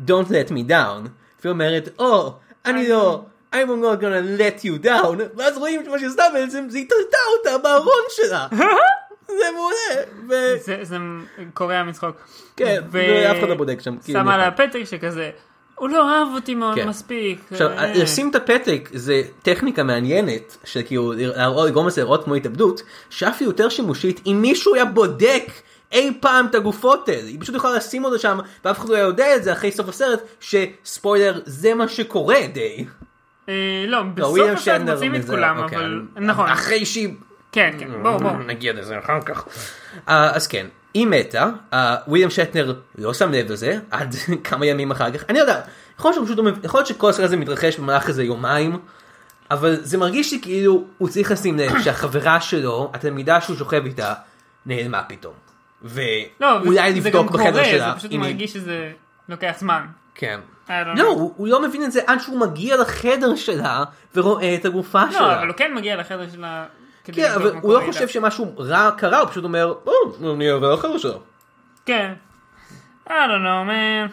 S1: don't let me down. והיא אומרת או אני לא I'm not gonna let you down ואז רואים שמה שעשתה בעצם זה היא טרטה אותה בארון שלה. זה מעולה. ו-
S2: זה זה קורע מצחוק.
S1: כן,
S2: ו-
S1: ואף אחד לא בודק שם, כאילו,
S2: שמה
S1: נכון.
S2: לה פתק שכזה, הוא לא אהב אותי מאוד
S1: כן.
S2: מספיק.
S1: עכשיו
S2: אה,
S1: לשים את הפתק זה טכניקה מעניינת של כאילו להראות- לגרום לזה לראות כמו התאבדות שאף היא יותר שימושית אם מישהו היה בודק אי פעם את הגופות האלה היא פשוט יכולה לשים אותו שם ואף אחד לא היה יודע את זה אחרי סוף הסרט שספוילר זה מה שקורה די.
S2: אה, לא,
S1: לא,
S2: בסוף
S1: וויליאם
S2: הסרט
S1: שטנדלר
S2: מוצאים את
S1: מזהה,
S2: כולם,
S1: אוקיי,
S2: אבל
S1: אני-
S2: נכון,
S1: אחרי שהיא
S2: כן, כן, בואו, בואו.
S1: נגיע לזה אחר כך. אה, אז כן, היא מתה, אה, וויליאם שטנר לא שם לב לזה עד כמה ימים אחר כך, אני יודע, יכול להיות שהוא פשוט לא מבין- יכול להיות שכל הסרט הזה מתרחש במהלך איזה יומיים, אבל זה מרגיש לי כאילו הוא צריך לשים לב שהחברה שלו, התלמידה שהוא שוכב איתה, נעלמה פתאום.
S2: לא, אבל
S1: ואולי
S2: זה גם
S1: לבדוק
S2: קורה,
S1: בחדר
S2: זה
S1: שלה.
S2: פשוט
S1: אם היא-
S2: מרגיש שזה לוקח זמן.
S1: כן.
S2: I don't
S1: לא,
S2: know.
S1: הוא הוא לא מבין את זה עד שהוא מגיע לחדר שלה ורואה את הגופה שלה.
S2: לא, אבל הוא כן מגיע לחדר שלה. כדי
S1: כן,
S2: לבדוק
S1: אבל
S2: מה
S1: הוא לא
S2: קורה
S1: חושב
S2: איתה.
S1: שמשהו רע קרה, הוא פשוט אומר, או, אני עובר לחדר שלו.
S2: כן. I don't know, man.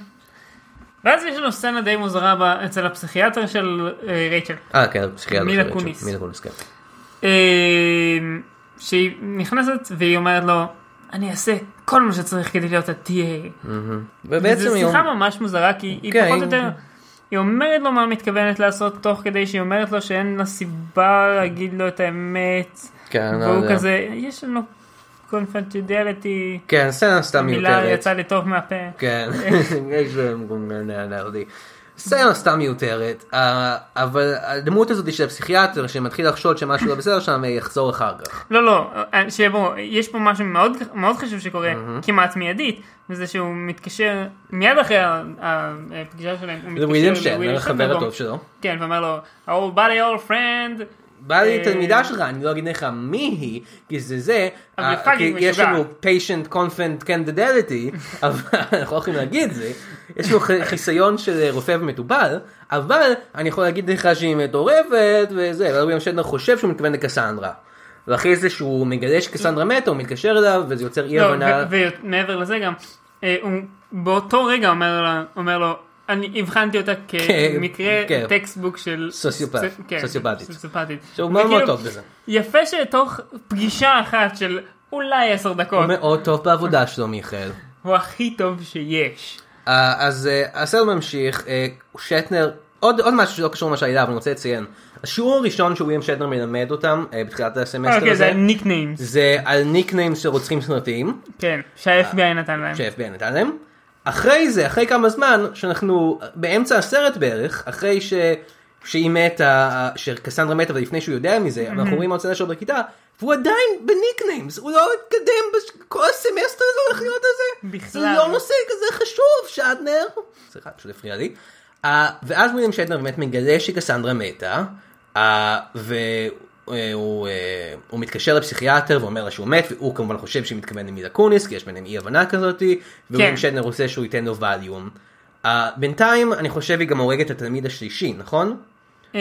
S2: ואז יש לנו סצנה די מוזרה ב- אצל הפסיכיאטר של אה, רייצ'ל.
S1: אה, כן, פסיכיאטר.
S2: מילה
S1: של רייצ'ל.
S2: קוניס.
S1: מילה קוניס, כן.
S2: אה, שהיא נכנסת והיא אומרת לו, אני אעשה כל מה שצריך כדי להיות ה-TA.
S1: ובעצם
S2: זו
S1: היא...
S2: שיחה ממש מוזרה, כי היא
S1: כן,
S2: פחות או
S1: היא-
S2: יותר... היא אומרת לו מה היא מתכוונת לעשות, תוך כדי שהיא אומרת לו שאין לה סיבה להגיד לו את האמת.
S1: כן, לא
S2: והוא
S1: יודע.
S2: כזה, יש לנו קונפנטידליטי,
S1: כן, סצנה סתם
S2: מילה
S1: מיותרת.
S2: יצאה לי טוב מהפה.
S1: כן, יש להם גומרים להנאודי. סצנה סתם מיותרת, אה, אבל הדמות הזאת של הפסיכיאטר שמתחיל לחשוד שמשהו לא בסדר שם, אה, יחזור אחר כך.
S2: לא, לא, אה, שיהיה ברור, יש פה משהו מאוד, מאוד חשוב שקורה כמעט מיידית, וזה שהוא מתקשר, מיד אחרי ה- ה- הפגישה שלהם, הוא
S1: זה
S2: מתקשר
S1: וויליאם שטנר,
S2: לוויליאם
S1: החבר
S2: שטנר,
S1: הטוב שלו.
S2: כן, ואומר לו, Oh, buddy, old friend.
S1: בא לי
S2: אה,
S1: תלמידה שלך, אני לא אגיד לך מי היא, כי זה זה,
S2: אבל
S1: אה,
S2: פאקינג
S1: כי
S2: משוגע.
S1: יש לנו patient confident candidality, אבל אנחנו לא יכולים להגיד את זה, יש לנו ח- חיסיון של אה, רופא ומטובל, אבל אני יכול להגיד לך שהיא מטורפת וזה, אבל רואים שטנר חושב שהוא מתכוון לקסנדרה. ואחרי זה שהוא מגלה שקסנדרה מתה, הוא מתקשר אליו וזה יוצר אי
S2: לא,
S1: הבנה.
S2: ומעבר לזה גם, אה, הוא באותו רגע אומר לה- אומר לו, אני אבחנתי אותה
S1: כן.
S2: כמקרה טקסטבוק של
S1: סוציופט,
S2: סוצ- כן,
S1: סוציופטית.
S2: סוציופטית.
S1: שהוא מאוד מאוד
S2: וכאילו,
S1: טוב בזה.
S2: יפה שתוך פגישה אחת של אולי עשר
S1: הוא
S2: דקות,
S1: מאוד טוב בעבודה שלו מיכאל.
S2: הוא הכי טוב שיש.
S1: אה, אז אה, הסרט ממשיך, אה, שטנר, עוד עוד משהו שלא קשור ממש לעלילה, אבל אני רוצה לציין. השיעור הראשון שוויליאם שטנר מלמד אותם אה, בתחילת הסמסטר
S2: אוקיי,
S1: הזה,
S2: זה ניקניימס.
S1: זה על ניקניים של רוצחים סרטיים.
S2: כן, שה-FBI נתן להם.
S1: שה-FBI נתן להם. אחרי זה, אחרי כמה זמן, שאנחנו באמצע הסרט בערך, אחרי ש... שהיא מתה, שקסנדרה מתה, אבל לפני שהוא יודע מזה, אנחנו רואים עוד סצנה שלו בכיתה, והוא עדיין בניקניימס, הוא לא התקדם, בש- כל הסמסטר הזה הולך להיות על זה.
S2: בכלל.
S1: זה לא נושא כזה חשוב, שדנר. סליחה, פשוט הפריע לי. Uh, ואז וויליאם שדנר באמת מגלה שקסנדרה מתה, uh, והוא uh, הוא מתקשר לפסיכיאטר ואומר לה שהוא מת, והוא כמובן חושב שהיא מתכוונת למילה קוניס, כי יש ביניהם אי הבנה כזאתי, וויליאם שדנר רוצה שהוא ייתן לו ווליום. Uh, בינתיים אני חושב היא גם הורגת את התלמיד השלישי, נכון?
S2: אה,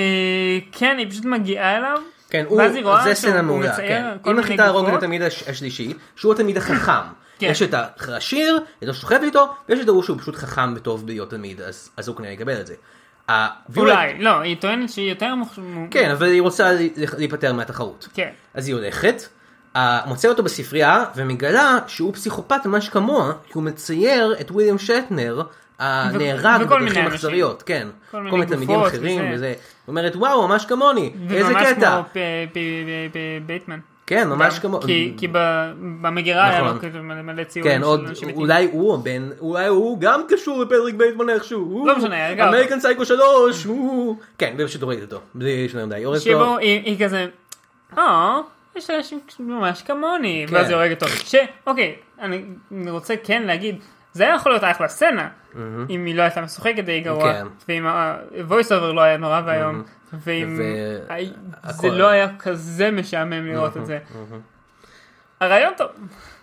S2: כן, היא פשוט מגיעה אליו.
S1: כן, הוא,
S2: ואז היא רואה
S1: זה
S2: שהוא-
S1: סצנה
S2: הוא
S1: מעולה,
S2: מצייר
S1: כן.
S2: כל
S1: היא
S2: מיני
S1: מחליטה להרוג את
S2: גופות.
S1: התלמיד הש- השלישי, שהוא התלמיד החכם.
S2: כן.
S1: יש את העשיר, את השוכב איתו, ויש את ההוא שהוא פשוט חכם וטוב להיות תלמיד, אז, אז הוא כנראה יקבל את זה. אה, והוא-
S2: אולי, לא, היא טוענת שהיא יותר מוכ...
S1: כן, אבל היא רוצה לה- להיפטר מהתחרות.
S2: כן.
S1: אז היא הולכת, אה, מוצאת אותו בספרייה, ומגלה שהוא פסיכופת ממש כמוה, כי הוא מצייר את ויליאם שטנר. אה,
S2: ו-
S1: נהרג
S2: וכל מיני
S1: בדרכים
S2: אנשים.
S1: אכזריות, כן,
S2: כל מיני
S1: כל מיני תלמידים
S2: גופות
S1: אחרים
S2: וזה.
S1: וזה, היא אומרת וואו ממש כמוני, איזה קטע,
S2: וממש כמו אה, פ- פ- פ- בייטמן.
S1: כן ממש
S2: גם,
S1: כמו,
S2: כי- כי ב- במגירה היה
S1: נכון.
S2: לו כזה מלא מלא ציורים
S1: כן,
S2: של
S1: עוד,
S2: אנשים מתים.
S1: אולי הוא הבן, אולי הוא גם קשור לפטריק בייטמן איכשהו.
S2: לא משנה, אגב.
S1: אמריקן סייקו 3, הוא... כן, ופשוט הוריד אותו. בלי שונה מדי, הורס אותו.
S2: שבו היא היא כזה, אה, יש אנשים ממש כמוני,
S1: כן.
S2: ואז היא הורגת אותו. ש- אוקיי, אני אני רוצה כן להגיד, זה היה יכול להיות אחלה סצנה, אם היא לא הייתה משוחקת די גרוע,
S1: כן.
S2: ואם ה-voice over לא היה נורא ואיום, ואם
S1: ו-
S2: ה-
S1: הכל.
S2: זה לא היה כזה משעמם לראות את זה. הרעיון טוב,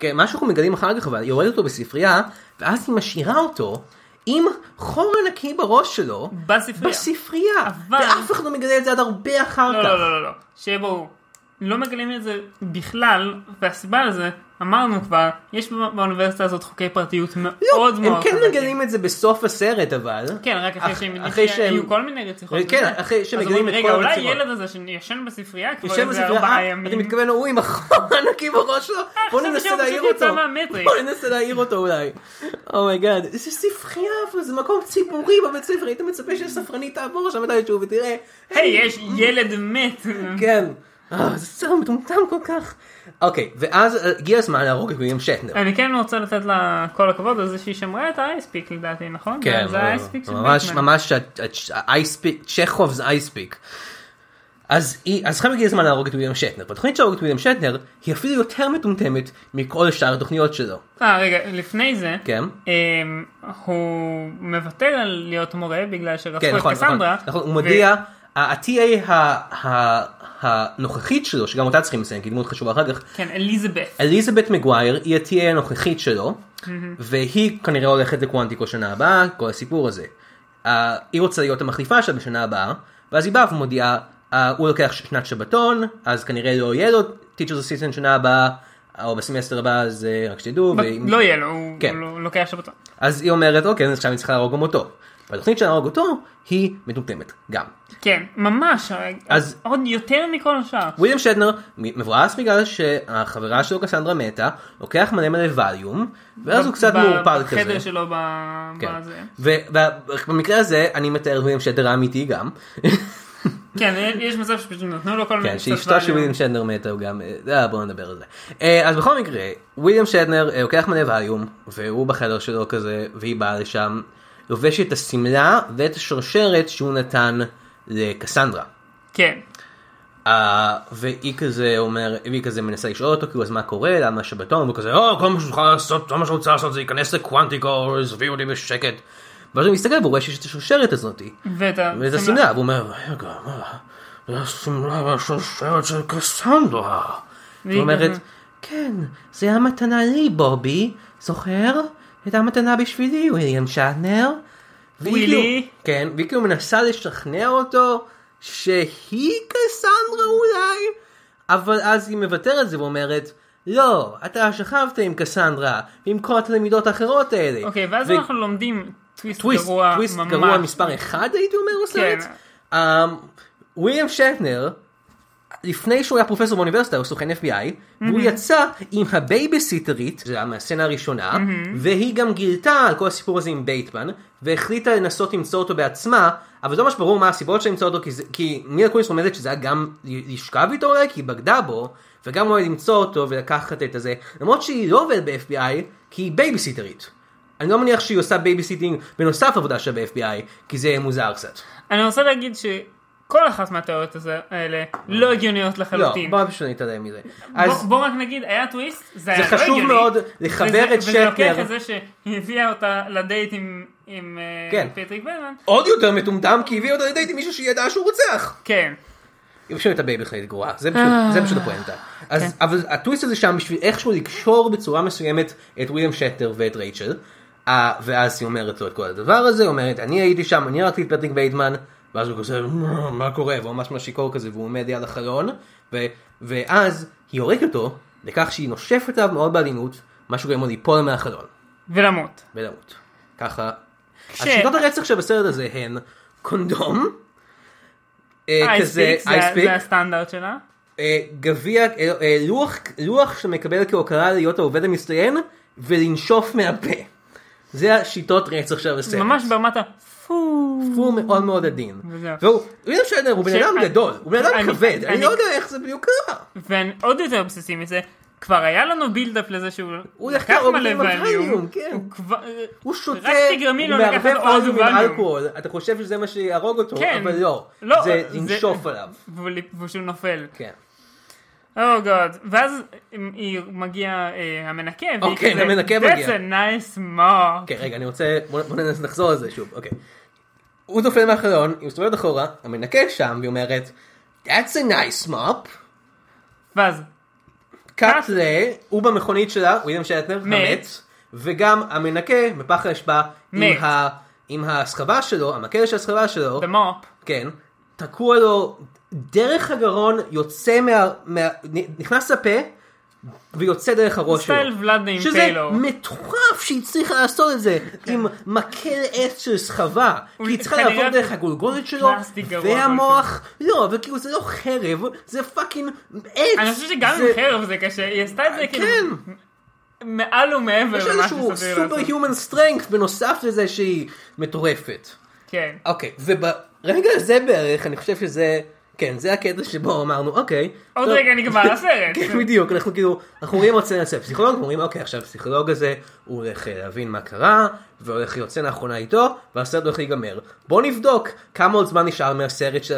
S1: כן, מה שאנחנו מגלים אחר כך, אבל היא הורגת אותו בספרייה, ואז היא משאירה אותו עם חור ענקי בראש שלו,
S2: בספרייה.
S1: בספרייה.
S2: אבל-
S1: ואף אחד לא מגלה את זה עד הרבה אחר
S2: לא,
S1: כך.
S2: לא, לא, לא, לא. שיהיה ברור. לא מגלים את זה בכלל, והסיבה לזה, אמרנו כבר, יש בא- באוניברסיטה הזאת חוקי פרטיות מאוד
S1: לא,
S2: מאוד
S1: הם כן
S2: חזקים.
S1: מגלים את זה בסוף הסרט, אבל.
S2: כן, רק אחרי
S1: אח-
S2: שהם...
S1: אחרי
S2: שהיו
S1: שהם-
S2: כל מיני רציחות.
S1: כן,
S2: וזה.
S1: אחרי שהם
S2: אז
S1: מגלים
S2: אומרים,
S1: את כל
S2: רגע, אולי
S1: הרציחות."
S2: הילד הזה שישן בספרייה כבר
S1: יושב
S2: איזה כאילו, ארבעה
S1: בספרייה, אה, אתה
S2: ימים.
S1: מתכוון ההוא עם החור הענקי בראש שלו? בוא
S2: חשבתי
S1: ננסה
S2: שהוא
S1: להעיר
S2: פשוט יצא
S1: אותו.
S2: מהמטריקס.
S1: בוא ננסה להעיר אותו אולי. אומייגאד, איזה ספרייה, אבל זה מקום ציבורי בבית ספר, היית מצפה שספרנית תעבור שם מתישהו ותראה.
S2: היי, יש ילד מת.
S1: כן. אה, זה סרט מטומטם כל כך. אוקיי, ואז אה, הגיע הזמן להרוג את ויליאם שטנר.
S2: אני כן רוצה לתת לה כל הכבוד על זה שהיא שמרה את האייספיק לדעתי, נכון?
S1: כן,
S2: זה האייספיק של
S1: ממש
S2: בטמן.
S1: ממש האייספיק, צ'כוב זה אייספיק. אז היא, אז חייב הגיע הזמן להרוג את ויליאם שטנר. והתוכנית של להרוג את ויליאם שטנר היא אפילו יותר מטומטמת מכל שאר התוכניות שלו.
S2: אה, רגע, לפני זה,
S1: כן.
S2: אמ, הוא מוותר על להיות מורה בגלל
S1: כן,
S2: שרצחו את
S1: נכון, נכון,
S2: קסנדרה.
S1: נכון, הוא
S2: ו-
S1: מודיע, ה-TA ה- ה- הנוכחית שלו, שגם אותה צריכים לציין, כי היא דמות חשובה אחר כך,
S2: כן,
S1: אה,
S2: אליזבת.
S1: אליזבת מגווייר היא ה-TA הנוכחית שלו, והיא כנראה הולכת לקוונטיקו שנה הבאה, כל הסיפור הזה. אה, היא רוצה להיות המחליפה שלה בשנה הבאה, ואז היא באה ומודיעה, אה, הוא לוקח ש- שנת שבתון, אז כנראה לא יהיה לו teachers assistant שנה הבאה, או בסמסטר הבא, אז אה, רק שתדעו. ואם-
S2: לא יהיה לו, הוא
S1: כן.
S2: הוא לא- לוקח שבתון.
S1: אז היא אומרת, אוקיי, אז עכשיו אני צריכה להרוג גם אותו. והתוכנית של להרוג אותו היא מטומטמת, גם.
S2: כן, ממש,
S1: אז-
S2: עוד יותר מכל השאר.
S1: וויליאם שטנר מבואס בגלל שהחברה שלו קסנדרה מתה, לוקח מלא מלא ווליום, ואז הוא קצת
S2: ב-
S1: מעורפל
S2: בחדר
S1: כזה.
S2: שלו ב-
S1: כן.
S2: בזה.
S1: ו- ו- במקרה הזה אני מתאר את וויליאם שטנר האמיתי גם,
S2: כן, יש מצב שפשוט נתנו לו כל מיני...
S1: כן,
S2: קצת
S1: שאשתו של
S2: value.
S1: וויליאם שטנר מתה הוא גם, אה, בואו נדבר על זה. אה, אז בכל מקרה, וויליאם שטנר אה, לוקח מלא ווליום, והוא בחדר שלו כזה, והיא באה לשם, לובש את השמלה ואת השרשרת שהוא נתן לקסנדרה.
S2: כן.
S1: אה, והיא כזה אומר, והיא כזה מנסה לשאול אותו, כאילו אז מה קורה, למה שבתון, והוא כזה, או, כל מה שצריכה לעשות, כל מה שרוצה לעשות זה להיכנס לקוונטיקו, עזביאו אותי בשקט. ואז הוא מסתכל והוא רואה שיש את השושרת הזאתי,
S2: ואת ה-
S1: ואת השמלה, והוא אומר, רגע, מה, זה השמלה והשושרת של קסנדרה. והיא
S2: והיא
S1: אומרת,
S2: כזה-
S1: כן, זה היה מתנה לי, בובי, זוכר? הייתה מתנה בשבילי, וויליאם שטנר. והיא
S2: ווילי.
S1: כאילו- כן, והיא כאילו מנסה לשכנע אותו שהיא קסנדרה אולי, אבל אז היא מוותרת על זה ואומרת, לא, אתה שכבת עם קסנדרה, ועם כל התלמידות האחרות האלה.
S2: אוקיי, ואז
S1: ו-
S2: אנחנו לומדים טוויסט
S1: טוויסט,
S2: גרוע
S1: טוויסט
S2: ממש.
S1: גרוע מספר אחד הייתי אומר בסרט.
S2: כן.
S1: אמ, וויליאם שטנר לפני שהוא היה פרופסור באוניברסיטה הוא סוכן FBI,
S2: Mm-hmm.
S1: והוא יצא עם הבייביסיטרית, זה היה מהסצנה הראשונה,
S2: Mm-hmm.
S1: והיא גם גילתה על כל הסיפור הזה עם בייטמן, והחליטה לנסות למצוא אותו בעצמה, אבל זה לא ממש ברור מה הסיבות שלה למצוא אותו, כי זה- כי נילה קוניס לומדת שזה היה גם לשכב איתו אולי, כי היא בגדה בו, וגם אולי למצוא אותו ולקחת את הזה, למרות שהיא לא עובדת ב-FBI, כי היא בייביסיטרית. אני לא מניח שהיא עושה בייביסיטינג בנוסף עבודה שלה ב-FBI, כי זה מוזר קצת.
S2: אני רוצה להגיד שכל אחת מהתיאוריות הזה- האלה לא הגיוניות
S1: לא,
S2: לחלוטין.
S1: בוא פשוט נתעלם מזה.
S2: אז...
S1: אז
S2: בוא רק נגיד, היה טוויסט, זה היה לא
S1: חשוב
S2: הגיוני.
S1: מאוד לחבר את
S2: וזה לוקח
S1: שקר.
S2: את זה שהיא הביאה אותה לדייט עם, עם אה,
S1: כן.
S2: פטריק ברמן.
S1: עוד יותר מטומטם, כי הביאו אותו לדייט עם מישהו שידע שהוא רוצח.
S2: כן.
S1: היא פשוט הייתה בייביכלית גרועה, זה פשוט- זה פשוט הפואנטה. אז- אבל הטוויסט הזה שם בשביל איכשהו לקשור בצורה מסוימת את וויליאם שטר ואת רייצ'ל. אה, ואז היא אומרת לו את כל הדבר הזה, אומרת אני הייתי שם, אני הרגתי את פטריק בייטמן, ואז הוא כזה "מה, מה קורה, והוא ממש ממש שיכור כזה והוא עומד ליד החלון, ו- ואז היא הורגת אותו לכך שהיא נושפת עליו מאוד באלימות, מה שגורם לו ליפול מהחלון.
S2: ולמות.
S1: ולמות. ככה. השיטות הרצח שבסרט הזה הן קונדום, אה, כזה
S2: אייספיק,
S1: אייספיק,
S2: זה הסטנדרט שלה.
S1: אה, גביע, אה, אה, לוח- לוח שמקבל כהוקרה להיות העובד המצטיין, ולנשוף מהפה. זה השיטות רצח של הסרט.
S2: ממש ברמת ה... פו.
S1: הוא מאוד מאוד עדין.
S2: וזהו.
S1: והוא, וויליאם שטנר הוא בן
S2: ש-
S1: אדם
S2: אני-
S1: גדול, הוא בן אדם
S2: אני-
S1: כבד, אני
S2: אני-
S1: לא יודע איך זה בדיוק קרה.
S2: ועוד יותר בסיסי מזה, כבר היה לנו בילדאפ לזה שהוא
S1: הוא לקח אופיום וליום, כן.
S2: הוא כבר...
S1: הוא שותה,
S2: רק תגרמי לו
S1: הוא מערבב
S2: לקחת עוד
S1: אלכוהול עם
S2: וליום.
S1: אלכוהול, אתה חושב שזה מה שיהרוג אותו,
S2: כן.
S1: אבל לא.
S2: לא,
S1: זה
S2: זה-
S1: לנשוף עליו.
S2: והוא- ושהוא נופל.
S1: כן.
S2: או גוד. ואז היא מגיע אה, המנקה, והיא
S1: כן,
S2: כזה,
S1: המנקה
S2: That's
S1: מגיע."
S2: a nice mark.
S1: אוקיי, רגע, אני רוצה, בוא בוא ננס לחזור על זה שוב, אוקיי. הוא נופל מהחלון, היא מסתובבת אחורה, המנקה שם, והיא אומרת, That's a nice mop,
S2: ואז,
S1: קאט ל... הוא במכונית שלה, וויליאם שטנר, המת, וגם המנקה בפח האשפה, עם
S2: מת.
S1: ה- עם הסחבה שלו, המקל של הסחבה שלו,
S2: the mop.
S1: כן, תקוע לו דרך הגרון, יוצא מה... מה- נכנס לפה, ויוצא דרך הראש שלו.
S2: סטייל ולאדניים
S1: שזה
S2: טיילור. כן.
S1: מטורף שהיא הצליחה לעשות את זה עם מקל עץ של סחבה. כי היא צריכה
S2: כנראה
S1: לעבור דרך הגולגולת שלו,
S2: פלסטיק גרוע
S1: והמוח, לא, אבל כאילו זה לא חרב, זה פאקינג עץ.
S2: אני חושב שגם
S1: זה-
S2: עם חרב זה קשה, היא עשתה את זה כאילו
S1: כן.
S2: מעל ומעבר
S1: יש
S2: למה
S1: איזשהו
S2: שסביר לעשות.
S1: סופר הומן סטרנגט בנוסף לזה שהיא מטורפת.
S2: כן.
S1: אוקיי, וברגע הזה בערך, אני חושב שזה, כן, זה הקטע שבו אמרנו, אוקיי.
S2: עוד
S1: טוב,
S2: רגע נגמר הסרט.
S1: כן, בדיוק, אנחנו כאילו, אנחנו רואים מה צריך לעשות. פסיכולוג, אנחנו אומרים, אוקיי, עכשיו הפסיכולוג הזה, הוא הולך אה, להבין מה קרה, והולך יוצא לאחרונה איתו, והסרט הולך להיגמר. בוא נבדוק כמה עוד זמן נשאר מהסרט של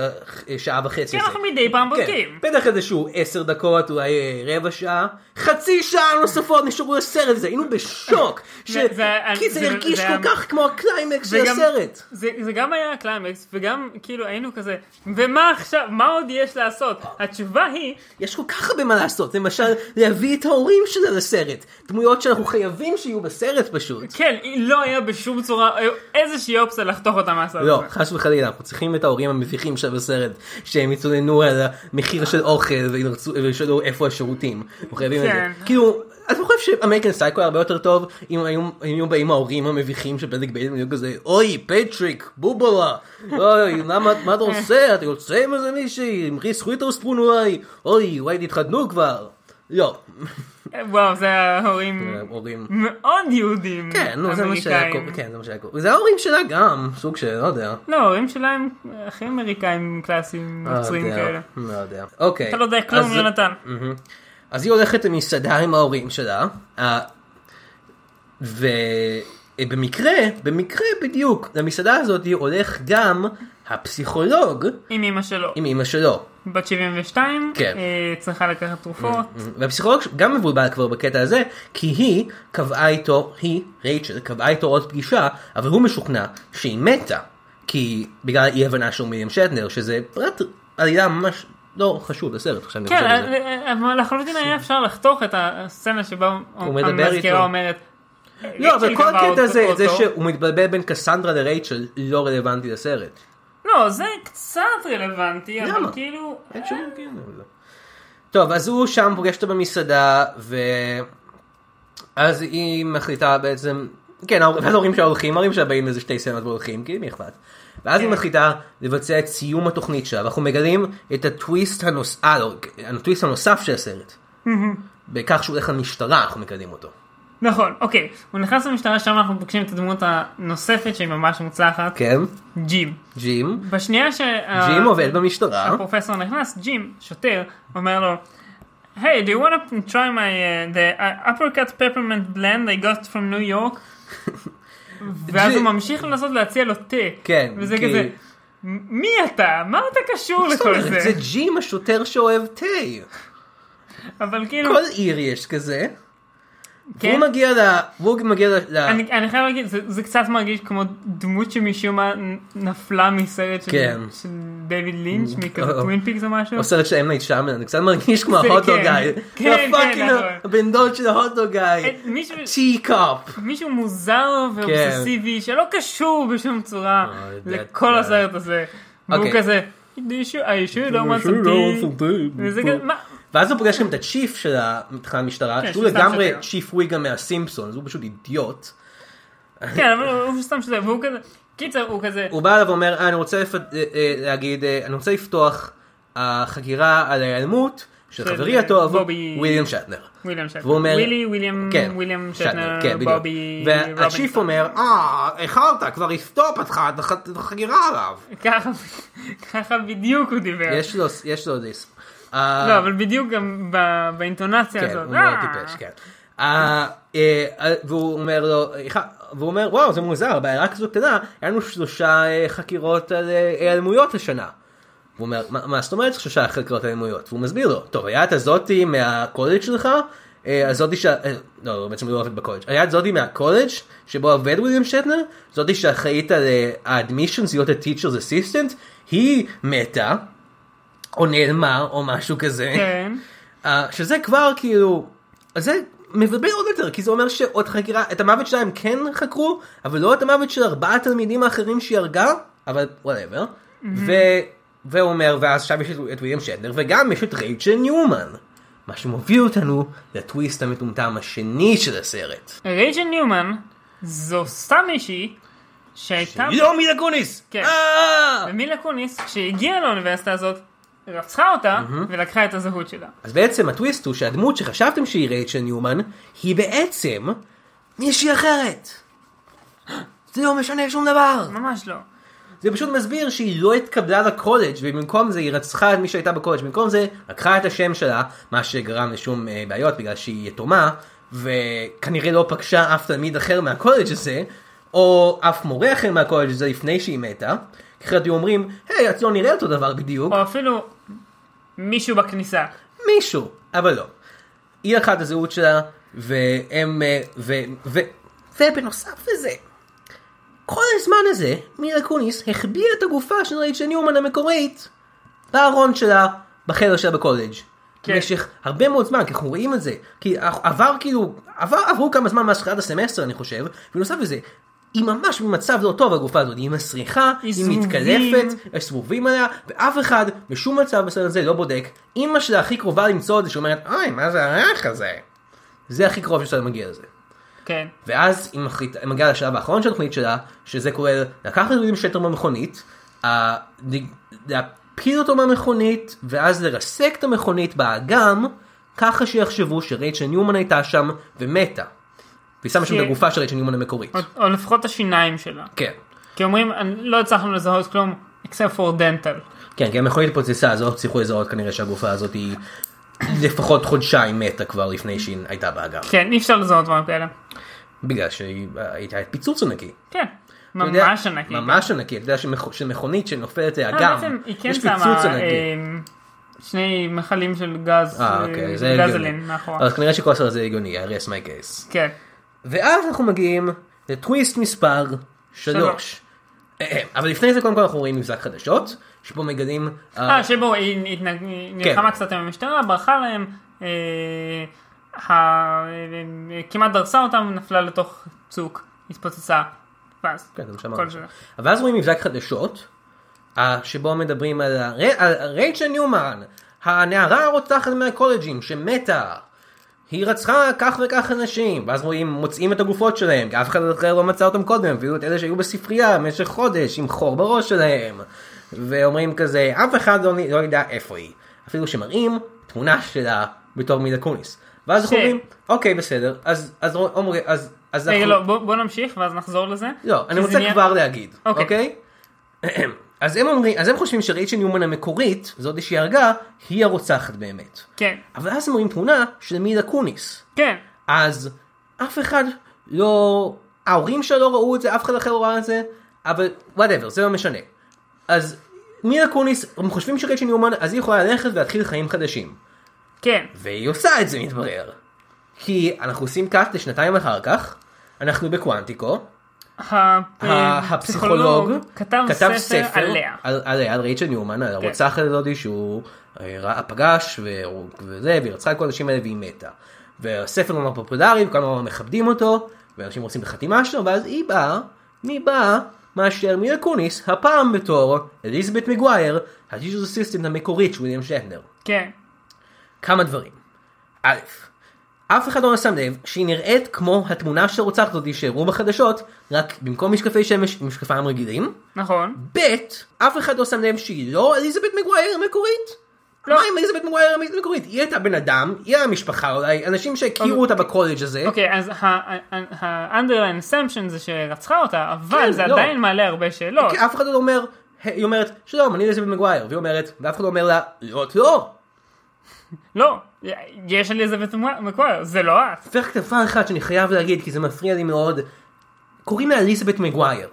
S1: השעה וחצי
S2: כי
S1: הזה.
S2: אנחנו מדי פעם בודקים.
S1: כן, בטח איזשהו עשר דקות, אולי אה, רבע שעה, חצי שעה נוספות נשארו לסרט הזה, היינו בשוק, ש-
S2: זה- זה-
S1: כי זה
S2: זה-
S1: הרגיש
S2: זה
S1: כל
S2: היה-
S1: כך כמו הקליימקס של
S2: וגם-
S1: הסרט.
S2: זה, זה גם היה הקליימקס, וגם כאילו היינו כזה, ומה עכשיו, מה עוד יש לעשות? התשובה היא,
S1: יש כל כך הרבה מה לעשות, למשל להביא את ההורים שלה לסרט, דמויות שאנחנו חייבים שיהיו בסרט פשוט.
S2: כן, לא היה בשום צורה אה, איזושהי אופציה לחתוך אותה מהסרט.
S1: לא,
S2: הזה.
S1: חס וחלילה, אנחנו צריכים את ההורים המביכים שלה בסרט, שהם יצוננו על המחיר של אוכל וירצו- וישאלו איפה השירותים. אנחנו חייבים את
S2: כן.
S1: זה. כאילו, אתה חושב שאמריקן סייקו היה הרבה יותר טוב אם היו אם היו באים ההורים המביכים של פדק ביידן היו כזה, אוי, פטריק, בובולה, אוי, למה, מה אתה עושה? אתה יוצא עם איזה מישהי, עם ריס וויטרספון אולי, אוי, אולי תתחתנו כבר. לא,
S2: וואו, זה ההורים
S1: הורים.
S2: מאוד יהודים.
S1: כן, נו, זה מה שהיה
S2: אמריקאים.
S1: קורה. כן, זה מה שהיה קורה. זה ההורים שלה גם, סוג של, לא יודע.
S2: לא, ההורים שלהם הכי אמריקאים קלאסיים,
S1: לא
S2: נוצרים
S1: יודע,
S2: כאלה.
S1: לא יודע. אוקיי.
S2: אתה לא יודע כלום,
S1: אז- אה.
S2: יונתן.
S1: אז היא הולכת למסעדה עם ההורים שלה, ובמקרה, אה, במקרה בדיוק, למסעדה הזאת הולך גם הפסיכולוג
S2: עם אמא שלו.
S1: עם אימא שלו.
S2: בת 72,
S1: כן. Mm,
S2: אה, צריכה לקחת תרופות.
S1: והפסיכולוג גם מבולבל כבר בקטע הזה, כי היא קבעה איתו, היא, רייצ'ל, קבעה איתו עוד פגישה, אבל הוא משוכנע שהיא מתה, כי בגלל אי הבנה של מיליאם שטנר, שזה פרט עלילה ממש לא חשוב לסרט, עכשיו אני
S2: כן,
S1: חושב על זה.
S2: אה, אה, אבל לחלוטין היה אפשר לחתוך את הסצנה שבה
S1: מדבר
S2: המזכירה
S1: איתו.
S2: אומרת.
S1: לא,
S2: "רייצ'ל
S1: אבל כל
S2: קבעה
S1: הקטע
S2: אותו-
S1: הזה, זה
S2: אותו."
S1: שהוא מתבלבל בין קסנדרה לרייצ'ל, לא רלוונטי לסרט.
S2: לא, זה קצת רלוונטי, אבל
S1: למה?
S2: כאילו...
S1: אין שום כן, לא. טוב, אז הוא שם פוגש אותו במסעדה, ואז היא מחליטה בעצם, כן, ההור- ואז ההורים שלה הולכים, ההורים שלה באים איזה שתי סצנות והולכים, כי מי אכפת. ואז היא מחליטה לבצע את סיום התוכנית שלה, ואנחנו מגלים את הטוויסט, הנוס... אה, לא, הטוויסט הנוסף של הסרט. בכך שהוא הולך למשטרה, אנחנו מקדמים אותו.
S2: נכון, אוקיי. הוא נכנס למשטרה, שם אנחנו פוגשים את הדמות הנוספת שהיא ממש מוצלחת,
S1: כן,
S2: ג'ים.
S1: ג'ים.
S2: בשנייה שה-
S1: ג'ים עובד במשטרה.
S2: הפרופסור נכנס, ג'ים, שוטר, אומר לו, היי, do you want to try my, uh, the uh, uppercut peppermint blend I got from New York? ואז
S1: ג'י-
S2: הוא ממשיך לנסות להציע לו תה.
S1: כן,
S2: וזה
S1: כי-
S2: כזה, "מ- מי אתה? מה אתה קשור
S1: זאת
S2: לכל
S1: אומרת,
S2: זה?
S1: זה ג'ים השוטר שאוהב תה.
S2: אבל כאילו,
S1: כל עיר יש כזה.
S2: כן,
S1: הוא מגיע ל... הוא מגיע ל... ל-
S2: אני אני חייב להגיד, זה זה קצת מרגיש כמו דמות שמשום מה נ- נפלה מסרט של-
S1: כן.
S2: של דיוויד לינץ', מכזה
S1: או-
S2: טווין פיקס או משהו.
S1: או סרט של אמנייט שמן, אני קצת מרגיש כמו
S2: זה,
S1: ההוטו
S2: כן.
S1: גאי.
S2: כן,
S1: זה
S2: כן,
S1: הפאקינג
S2: נכון.
S1: הבן דוד של ההוטו גאי.
S2: אה, מישהו-
S1: צ'י קאפ.
S2: מישהו מוזר
S1: כן.
S2: ואובססיבי שלא קשור בשום צורה
S1: אה,
S2: לכל
S1: that-
S2: הסרט הזה. והוא
S1: אוקיי. לא
S2: כזה, "Do you sure- are you sure you don't want some tea?" וזה כזה, מה?
S1: ואז הוא פוגש גם את הצ'יף של המתחם המשטרה,
S2: כן,
S1: שהוא
S2: שהוא סתם
S1: לגמרי
S2: שוטר.
S1: צ'יף וויגה מהסימפסונס, הוא פשוט אידיוט.
S2: כן, אבל הוא סתם שזה, והוא כזה, קיצר, הוא כזה,
S1: הוא בא אליו ואומר, "אה, אני רוצה לפ- אה, אה, להגיד, אה, אני רוצה לפתוח אה, חקירה על ההיעלמות של
S2: של
S1: חברי הטוב,
S2: בובי-
S1: וויליאם שטנר.
S2: וויליאם שטנר,
S1: והוא אומר-
S2: ווילי, וויליאם,
S1: כן,
S2: וויליאם שטנר,
S1: כן, בדיוק.
S2: בובי,
S1: והצ'יף
S2: רובינסון.
S1: אומר, אה, איחרת, כבר אשתו פתחה את הח- את החקירה עליו.
S2: ככה- ככה בדיוק הוא דיבר.
S1: יש לו, יש לו דיס.
S2: לא, אבל בדיוק גם ב- באינטונציה
S1: כן,
S2: הזאת.
S1: הוא מאוד
S2: "אה,
S1: טיפש, כן. אה, אה, אה, והוא אומר לו, אה, והוא אומר, וואו, זה מוזר, בעיירה כזו קטנה, היה לנו שלושה אה, חקירות על אה, היעלמויות השנה. הוא אומר, "מה- מה זאת אומרת שלושה חקירות על היעלמויות? והוא מסביר לו, טוב, היה את הזאתי מהקולג' שלך, אה, הזאתי ש... אה, לא, הוא בעצם לא עובד בקולג', היה את זאתי מהקולג' שבו עובד וויליאם שטנר, זאתי שאחראית על אה, ה-admissions, להיות ה-teacher's assistant, היא מתה, או נעלמה, או משהו כזה.
S2: כן.
S1: אה, שזה כבר כאילו, זה מבלבל עוד יותר, כי זה אומר שעוד חקירה, את המוות שלה הם כן חקרו, אבל לא את המוות של ארבעה תלמידים האחרים שהיא הרגה, אבל וואטאבר. ו... והוא אומר, ואז שם יש את את ויליאם שטנר, וגם יש את רייצ'ל ניומן. מה שמוביל אותנו לטוויסט המטומטם השני של הסרט.
S2: רייג'ן ניומן, זו סתם מישהי, שהייתה...
S1: לא מילה גוניס!
S2: כן.
S1: אה!
S2: ומילה קוניס, שהגיעה לאוניברסיטה הזאת, רצחה אותה ולקחה את הזהות שלה.
S1: אז בעצם הטוויסט הוא שהדמות שחשבתם שהיא רייצ'ל ניומן, היא בעצם מישהי אחרת. זה לא משנה שום דבר.
S2: ממש לא.
S1: זה פשוט מסביר שהיא לא התקבלה לקולג' ובמקום זה היא רצחה את מי שהייתה בקולג', במקום זה לקחה את השם שלה, מה שגרם לשום אה, בעיות בגלל שהיא יתומה, וכנראה לא פגשה אף תלמיד אחר מהקולג' הזה, או אף מורה אחר מהקולג' הזה לפני שהיא מתה. כי אחרת היו אומרים, היי, את לא נראית אותו דבר בדיוק,
S2: או אפילו מישהו בכניסה.
S1: מישהו, אבל לא. היא לקחה את הזהות שלה, והם, אה, ו... ו... ובנוסף לזה, כל הזמן הזה, מילה קוניס החביאה את הגופה של רייצ'ל ניומן המקורית בארון שלה, בחדר שלה בקולג'.
S2: כן.
S1: במשך הרבה מאוד זמן, כי אנחנו רואים את זה. כי עבר כאילו, עבר, עברו כמה זמן מאז תחילת הסמסטר אני חושב, ובנוסף לזה, היא ממש במצב לא טוב הגופה הזאת, היא מסריחה,
S2: היא
S1: היא
S2: זבובים.
S1: מתקלפת, יש סבובים עליה, ואף אחד בשום מצב בסרט הזה לא בודק. אימא שלה הכי קרובה למצוא את זה, שאומרת, אוי, מה זה הריח הזה? זה הכי קרוב שאתה מגיע לזה.
S2: כן.
S1: ואז היא, מחליט, היא מגיעה לשלב האחרון של התוכנית שלה, שזה כולל לקחת את וויליאם שטר במכונית, אה, ל- להפיל אותו מהמכונית, ואז לרסק את המכונית באגם, ככה שיחשבו שרייצ'ל ניומן הייתה שם ומתה. והיא שמה שם את
S2: כן.
S1: הגופה של רייצ'ל ניומן המקורית.
S2: או, או לפחות השיניים שלה.
S1: כן.
S2: כי אומרים, "אני- לא הצלחנו לזהות כלום, except for dental.
S1: כן, כי המכונית התפוצצה, אז לא הצליחו לזהות כנראה שהגופה הזאת היא לפחות חודשיים מתה כבר לפני שהיא הייתה באגם.
S2: כן, אי אפשר לזהות דברים כאלה.
S1: בגלל שהיא הייתה פיצוץ ענקי.
S2: כן.
S1: אתה יודע,
S2: ממש ענקי.
S1: ממש ענקי, אתה יודע שמכ- שמכונית שנופלת
S2: אה,
S1: לאגם,
S2: בעצם היא כן
S1: יש
S2: שמה
S1: פיצוץ ענקי.
S2: אה, שני מכלים של גז,
S1: אה,
S2: אה,
S1: אוקיי, זה הגיוני. אוקיי.
S2: גזלין נכון. מאחורה.
S1: אז כנראה שכל הסרט הזה הגיוני, I rest my case.
S2: כן.
S1: ואז אנחנו מגיעים לטוויסט מספר
S2: שלוש.
S1: 3. אבל לפני זה קודם כל אנחנו רואים מבזק חדשות, שבו מגלים... אה, כן.
S2: אה, שבו היא התנג- נלחמה קצת עם המשטרה, ברחה להם, אה, ה- אה, כמעט דרסה אותם, נפלה לתוך צוק, התפוצצה, ואז
S1: כן, זה מה שאמרנו.
S2: כל זה.
S1: אבל אז רואים מבזק חדשות, אה, שבו מדברים על, הר... על רייצ'ל ניומן, הנערה הרוצחת מהקולג'ים שמתה. היא רצחה כך וכך אנשים, ואז רואים, מוצאים את הגופות שלהם, כי אף אחד אחר לא מצא אותם קודם, אפילו את אלה שהיו בספרייה במשך חודש עם חור בראש שלהם. ואומרים כזה, אף אחד לא, לא יודע איפה היא. אפילו שמראים תמונה שלה בתור מילה קוניס. ואז אנחנו
S2: ש-
S1: אומרים, אוקיי בסדר, אז, אז, רוא- אומרים, אז, אז
S2: רגע,
S1: אנחנו-
S2: לא, בוא בוא נמשיך ואז נחזור לזה.
S1: לא,
S2: כי
S1: אני
S2: זה
S1: רוצה
S2: נהיה-
S1: כבר להגיד,
S2: אוקיי.
S1: אוקיי? אז הם אומרים, אז הם חושבים שרייצ'ל ניומן המקורית, זאת שהרגה, היא הרוצחת באמת.
S2: כן,
S1: אבל אז הם רואים תמונה של מילה קוניס.
S2: כן.
S1: אז אף אחד לא... ההורים שלו לא ראו את זה, אף אחד אחר לא ראה את זה, אבל וואטאבר, זה לא משנה. אז מילה קוניס, הם חושבים שרייצ'ל ניומן, אז היא יכולה ללכת ולהתחיל חיים חדשים.
S2: כן,
S1: והיא עושה את זה מתברר. כי אנחנו עושים קאט לשנתיים אחר כך, אנחנו בקוונטיקו,
S2: ה- אה,
S1: הפסיכולוג
S2: כתב ספר עליה.
S1: על, עליה, על רייצ'ל ניומן, על
S2: כן.
S1: הרוצח הזאת שהוא אה, ראה- פגש והוא- וזה, והיא רצחה את כל האנשים האלה והיא מתה. והספר נורא פופולרי, וכולם נורא מכבדים אותו, ואנשים רוצים את החתימה שלו, ואז היא באה, מי באה? מאשר מילה קוניס, הפעם בתור אליזבת מגווייר, הטישוס אסיסטנט המקורית של ויליאם שטנר.
S2: כן,
S1: כמה דברים. א', אף אחד לא שם לב שהיא נראית כמו התמונה של הרוצחת הזאת שהראו בחדשות, רק במקום משקפי שמש עם משקפיים רגילים.
S2: נכון.
S1: ב', אף אחד לא שם לב שהיא לא אליזבת מגווייר המקורית.
S2: לא.
S1: מה עם אליזבת מגווייר המקורית? היא הייתה בן אדם, היא הייתה משפחה אולי, אנשים שהכירו אותה בקולג' הזה.
S2: אוקיי, אז ה-underline assumption זה שרצחה אותה, אבל
S1: כן,
S2: זה
S1: לא.
S2: עדיין מעלה הרבה שאלות.
S1: כי אף אחד לא אומר, היא אומרת, שלום, אני אליזבת מגווייר, והיא אומרת, ואף אחד לא אומר לה, לא, את לא.
S2: לא, יש אליזבת מקווייר, זה לא את.
S1: צריך רק דבר אחד שאני חייב להגיד כי זה מפריע לי מאוד. קוראים לה אליזבת מגווייר.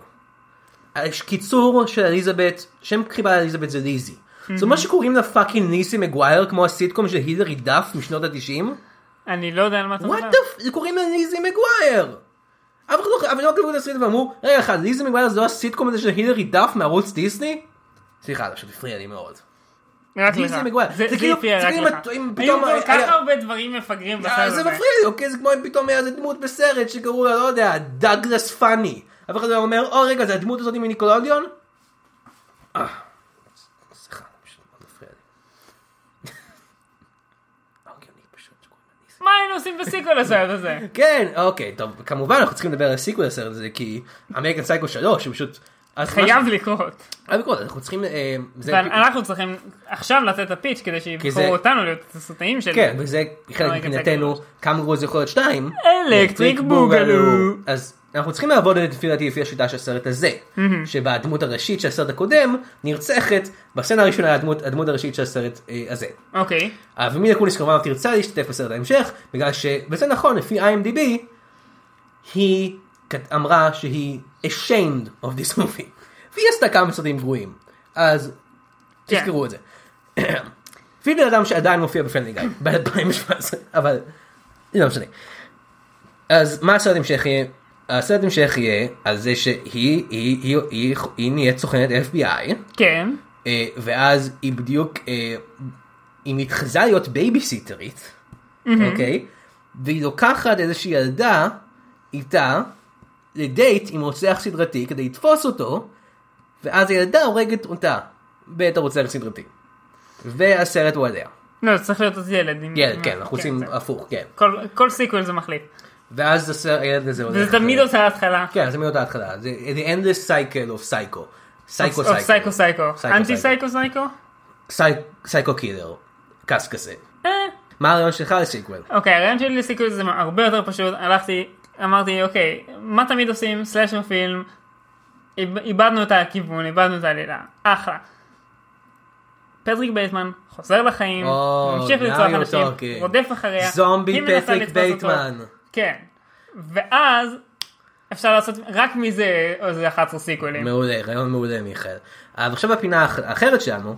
S1: יש קיצור של אליזבת, שם קריבה לאליזבת זה ליזי. זה מה שקוראים לה פאקינג ליזי מגווייר כמו הסיטקום של הילרי דף משנות התשעים?
S2: אני לא יודע על מה אתה
S1: וואט
S2: מדבר.
S1: דף, קוראים לה ליזי מגווייר! אף אחד לא- אבל לא קראו את הסרט ואמרו, רגע אחד, ליזי מגווייר זה לא הסיטקום הזה של הילרי דף מערוץ דיסני? סליחה, זה פשוט הפריע לי מאוד.
S2: רק
S1: מי
S2: לך.
S1: זה מגווייר? זה כאילו-
S2: הפריע
S1: זה
S2: רק
S1: כאילו
S2: לך.
S1: אם- אם
S2: היו
S1: פתאום
S2: כל
S1: היה-
S2: כך הרבה דברים מפגרים בסרט
S1: אה,
S2: הזה.
S1: זה מפריע לי, אוקיי? זה כמו אם פתאום היה איזה דמות בסרט שקראו לה, לא יודע, דאגלס פאני. אף אחד לא אומר, או רגע, זה הדמות הזאת מניקולודיון? אה, סליחה, פשוט מאוד מפריע לי. לא הגיוני פשוט שקוראים לה ניסן.
S2: מה היינו עושים בסיקוול לסרט הזה?
S1: כן, אוקיי, טוב, כמובן אנחנו צריכים לדבר על הסיקוול לסרט הזה, כי אמריקן סייקו 3 הוא פשוט... אז
S2: חייב
S1: מה-
S2: לקרות.
S1: חייב לקרות, אנחנו צריכים... אה, זה-
S2: ואנחנו צריכים עכשיו לתת את הפיץ' כדי
S1: זה-
S2: שיבחרו אותנו להיות הסרטאים של...
S1: כן, וזה חלק
S2: אמריקן
S1: מבחינתנו, כמה גרוע זה יכול להיות שתיים.
S2: אלקטריק בוגלו.
S1: אז אנחנו צריכים לעבוד לפי דעתי לפי השיטה של הסרט הזה, שבה הדמות הראשית של הסרט הקודם נרצחת, בסצנה הראשונה הדמות, הדמות הראשית של הסרט אה, הזה.
S2: אוקיי.
S1: אה, ומילה קוניס כמובן לא תרצה להשתתף בסרט ההמשך, בגלל ש... וזה נכון, לפי IMDb, היא כת- אמרה שהיא ashamed of this movie. והיא עשתה כמה סרטים גרועים. אז
S2: כן.
S1: תזכרו את זה. לפי בן אדם שעדיין מופיע בפנלי גיא, ב-2017, אבל לא משנה. אז מה הסרט המשך יהיה? הסרט המשך יהיה על זה שהיא היא, היא, היא, היא נהיית סוכנת FBI,
S2: כן.
S1: אה, ואז היא בדיוק, אה, היא מתחזה להיות בייביסיטרית, אוקיי? והיא לוקחת איזושהי ילדה איתה לדייט עם רוצח סדרתי כדי לתפוס אותו, ואז הילדה הורגת אותה בעת הרוצח הסדרתי. והסרט הוא עליה.
S2: לא, זה צריך להיות עוד ילד. עם-
S1: ילד,
S2: עם-
S1: כן, אנחנו עושים
S2: זה.
S1: הפוך, כן.
S2: כל- כל סיקוול זה מחליף.
S1: ואז הסרט, הילד הזה הולך...
S2: וזה תמיד
S1: אה,
S2: אותה התחלה.
S1: כן, זה מיד ההתחלה. זה The Endless Cycle of Psycho. סייקו
S2: או סייקו
S1: סייקו.
S2: סייקו.
S1: סייקו,
S2: אנטי סייקו סייקו?
S1: סייקו קילר. קאס כזה.
S2: אה.
S1: מה הרעיון שלך לסיקוול?
S2: אוקיי, הרעיון שלי לסיקוול זה הרבה יותר פשוט, הלכתי, אמרתי, אוקיי, מה תמיד עושים? סלאשר פילם, איב- איבדנו את הכיוון, איבדנו את העלילה, אחלה. פטריק בייטמן חוזר לחיים,
S1: או,
S2: ממשיך
S1: now
S2: לרצוח
S1: you're
S2: אנשים,
S1: talking.
S2: רודף אחריה,
S1: אוקיי. זומבי
S2: היא מנסה
S1: פטריק
S2: לתפוס אותו.
S1: בייטמן.
S2: כן, ואז אפשר לעשות רק מזה איזה 11 סיקוולים.
S1: מעולה, רעיון מעולה מיכאל. אבל עכשיו בפינה האח- האחרת שלנו,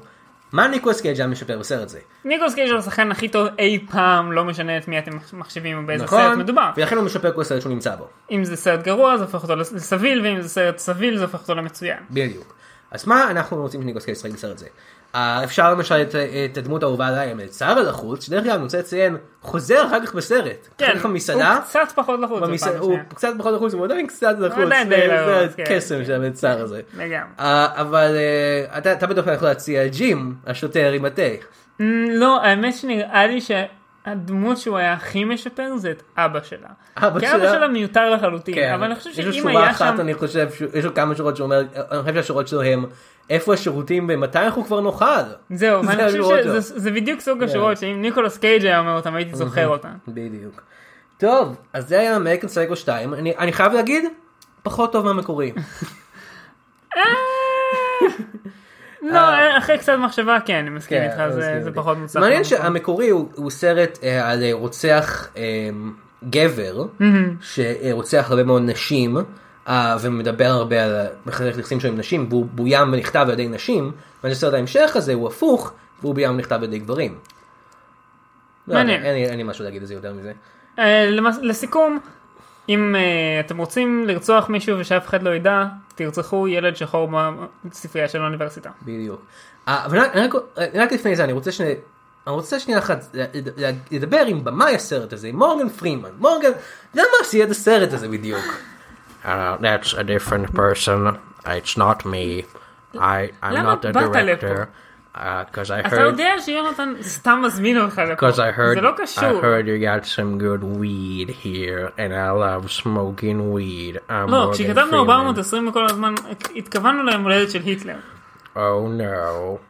S1: מה ניקולס קייג' היה משפר בסרט זה?
S2: ניקולס קייג' הוא השחקן הכי טוב אי פעם, לא משנה את מי אתם מחשיבים ובאיזה סרט
S1: נכון?
S2: מדובר.
S1: ולכן הוא משפר כל סרט שהוא נמצא בו.
S2: אם זה סרט גרוע זה הופך אותו לסביל ואם זה סרט סביל זה הופך אותו למצוין.
S1: בדיוק. אז מה אנחנו רוצים שניקולס קייג' ישחק בסרט זה? אה, אפשר למשל את, את הדמות האהובה עליי, את סער החוץ, שדרך אגב אני רוצה לציין, חוזר אחר כך בסרט.
S2: כן.
S1: אחר כך במסעדה.
S2: הוא קצת פחות לחוץ.
S1: במס-
S2: בפעם
S1: הוא
S2: השנייה.
S1: קצת פחות לחוץ, הוא עדיין קצת לחוץ,
S2: לא, עדיין
S1: זה
S2: די
S1: זה
S2: לחוץ, כן.
S1: הקסם של המצער הזה.
S2: לגמרי.
S1: אה, אבל אה, אתה אתה בטח יכול להציע את ג'ים, השוטר עם התה.
S2: אמ, לא האמת שנראה לי ש... הדמות שהוא היה הכי משפר זה את אבא שלה.
S1: אבא
S2: כי אבא
S1: שלה?
S2: שלה מיותר לחלוטין,
S1: כן.
S2: אבל אני חושב
S1: יש לו
S2: שאם
S1: שורה
S2: היה
S1: אחת,
S2: שם...
S1: אני חושב, ש- יש לו כמה שורות שאומר, אני חושב שהשורות שלו הם, איפה השירותים ומתי אנחנו כבר נאכל?
S2: זהו,
S1: זה
S2: ואני חושב
S1: השורות כן. שלו.
S2: שזה זה בדיוק סוג השורות שאם ניקולס קייג' היה אומר אותם הייתי זוכר אותם.
S1: Mm, בדיוק. טוב, אז זה היה אמריקן סייקו 2, אני, אני חייב להגיד, פחות טוב מהמקורי.
S2: לא, אחרי קצת מחשבה כן, אני מסכים
S1: אה. כן,
S2: איתך,
S1: אני
S2: זה-
S1: מסכים
S2: זה
S1: איתי.
S2: פחות מוצלח.
S1: מעניין שהמקורי הוא, הוא סרט אה, על אה, רוצח אה, גבר, שרוצח הרבה מאוד נשים, אה, ומדבר הרבה על מערכת היחסים שלו עם נשים, והוא בוים ונכתב על ידי נשים, ואני סרט ההמשך הזה הוא הפוך, והוא בוים ונכתב על ידי גברים. לא,
S2: מעניין.
S1: אין לי- אין לי משהו להגיד על זה יותר מזה.
S2: אה, למס- לסיכום, אם אה, אתם רוצים לרצוח מישהו ושאף אחד לא ידע, תרצחו ילד שחור בספרייה של האוניברסיטה.
S1: בדיוק. אה, אבל רק- רק- רק לפני זה אני רוצה ש... אני רוצה שנייה אחת לד- לד- לדבר עם במאי הסרט הזה, עם מורגן פרימן. מורגן, למה עשי את הסרט הזה בדיוק?
S4: Uh, that's a different person. It's not me. I I'm
S2: למה
S4: not the
S2: באת
S4: director. Because
S2: אתה
S4: I heard.
S2: יודע שיונתן סתם מזמין אותך לפה,
S4: Because I heard.
S2: זה לא
S4: I
S2: קשור.
S4: heard you got some good weed here, and I love smoking weed. I'm
S2: לא,
S4: Morgan
S2: כשכתבנו
S4: Freeman.
S2: 420 כל הזמן, התכוונו ליום הולדת של היטלר.
S4: Oh no.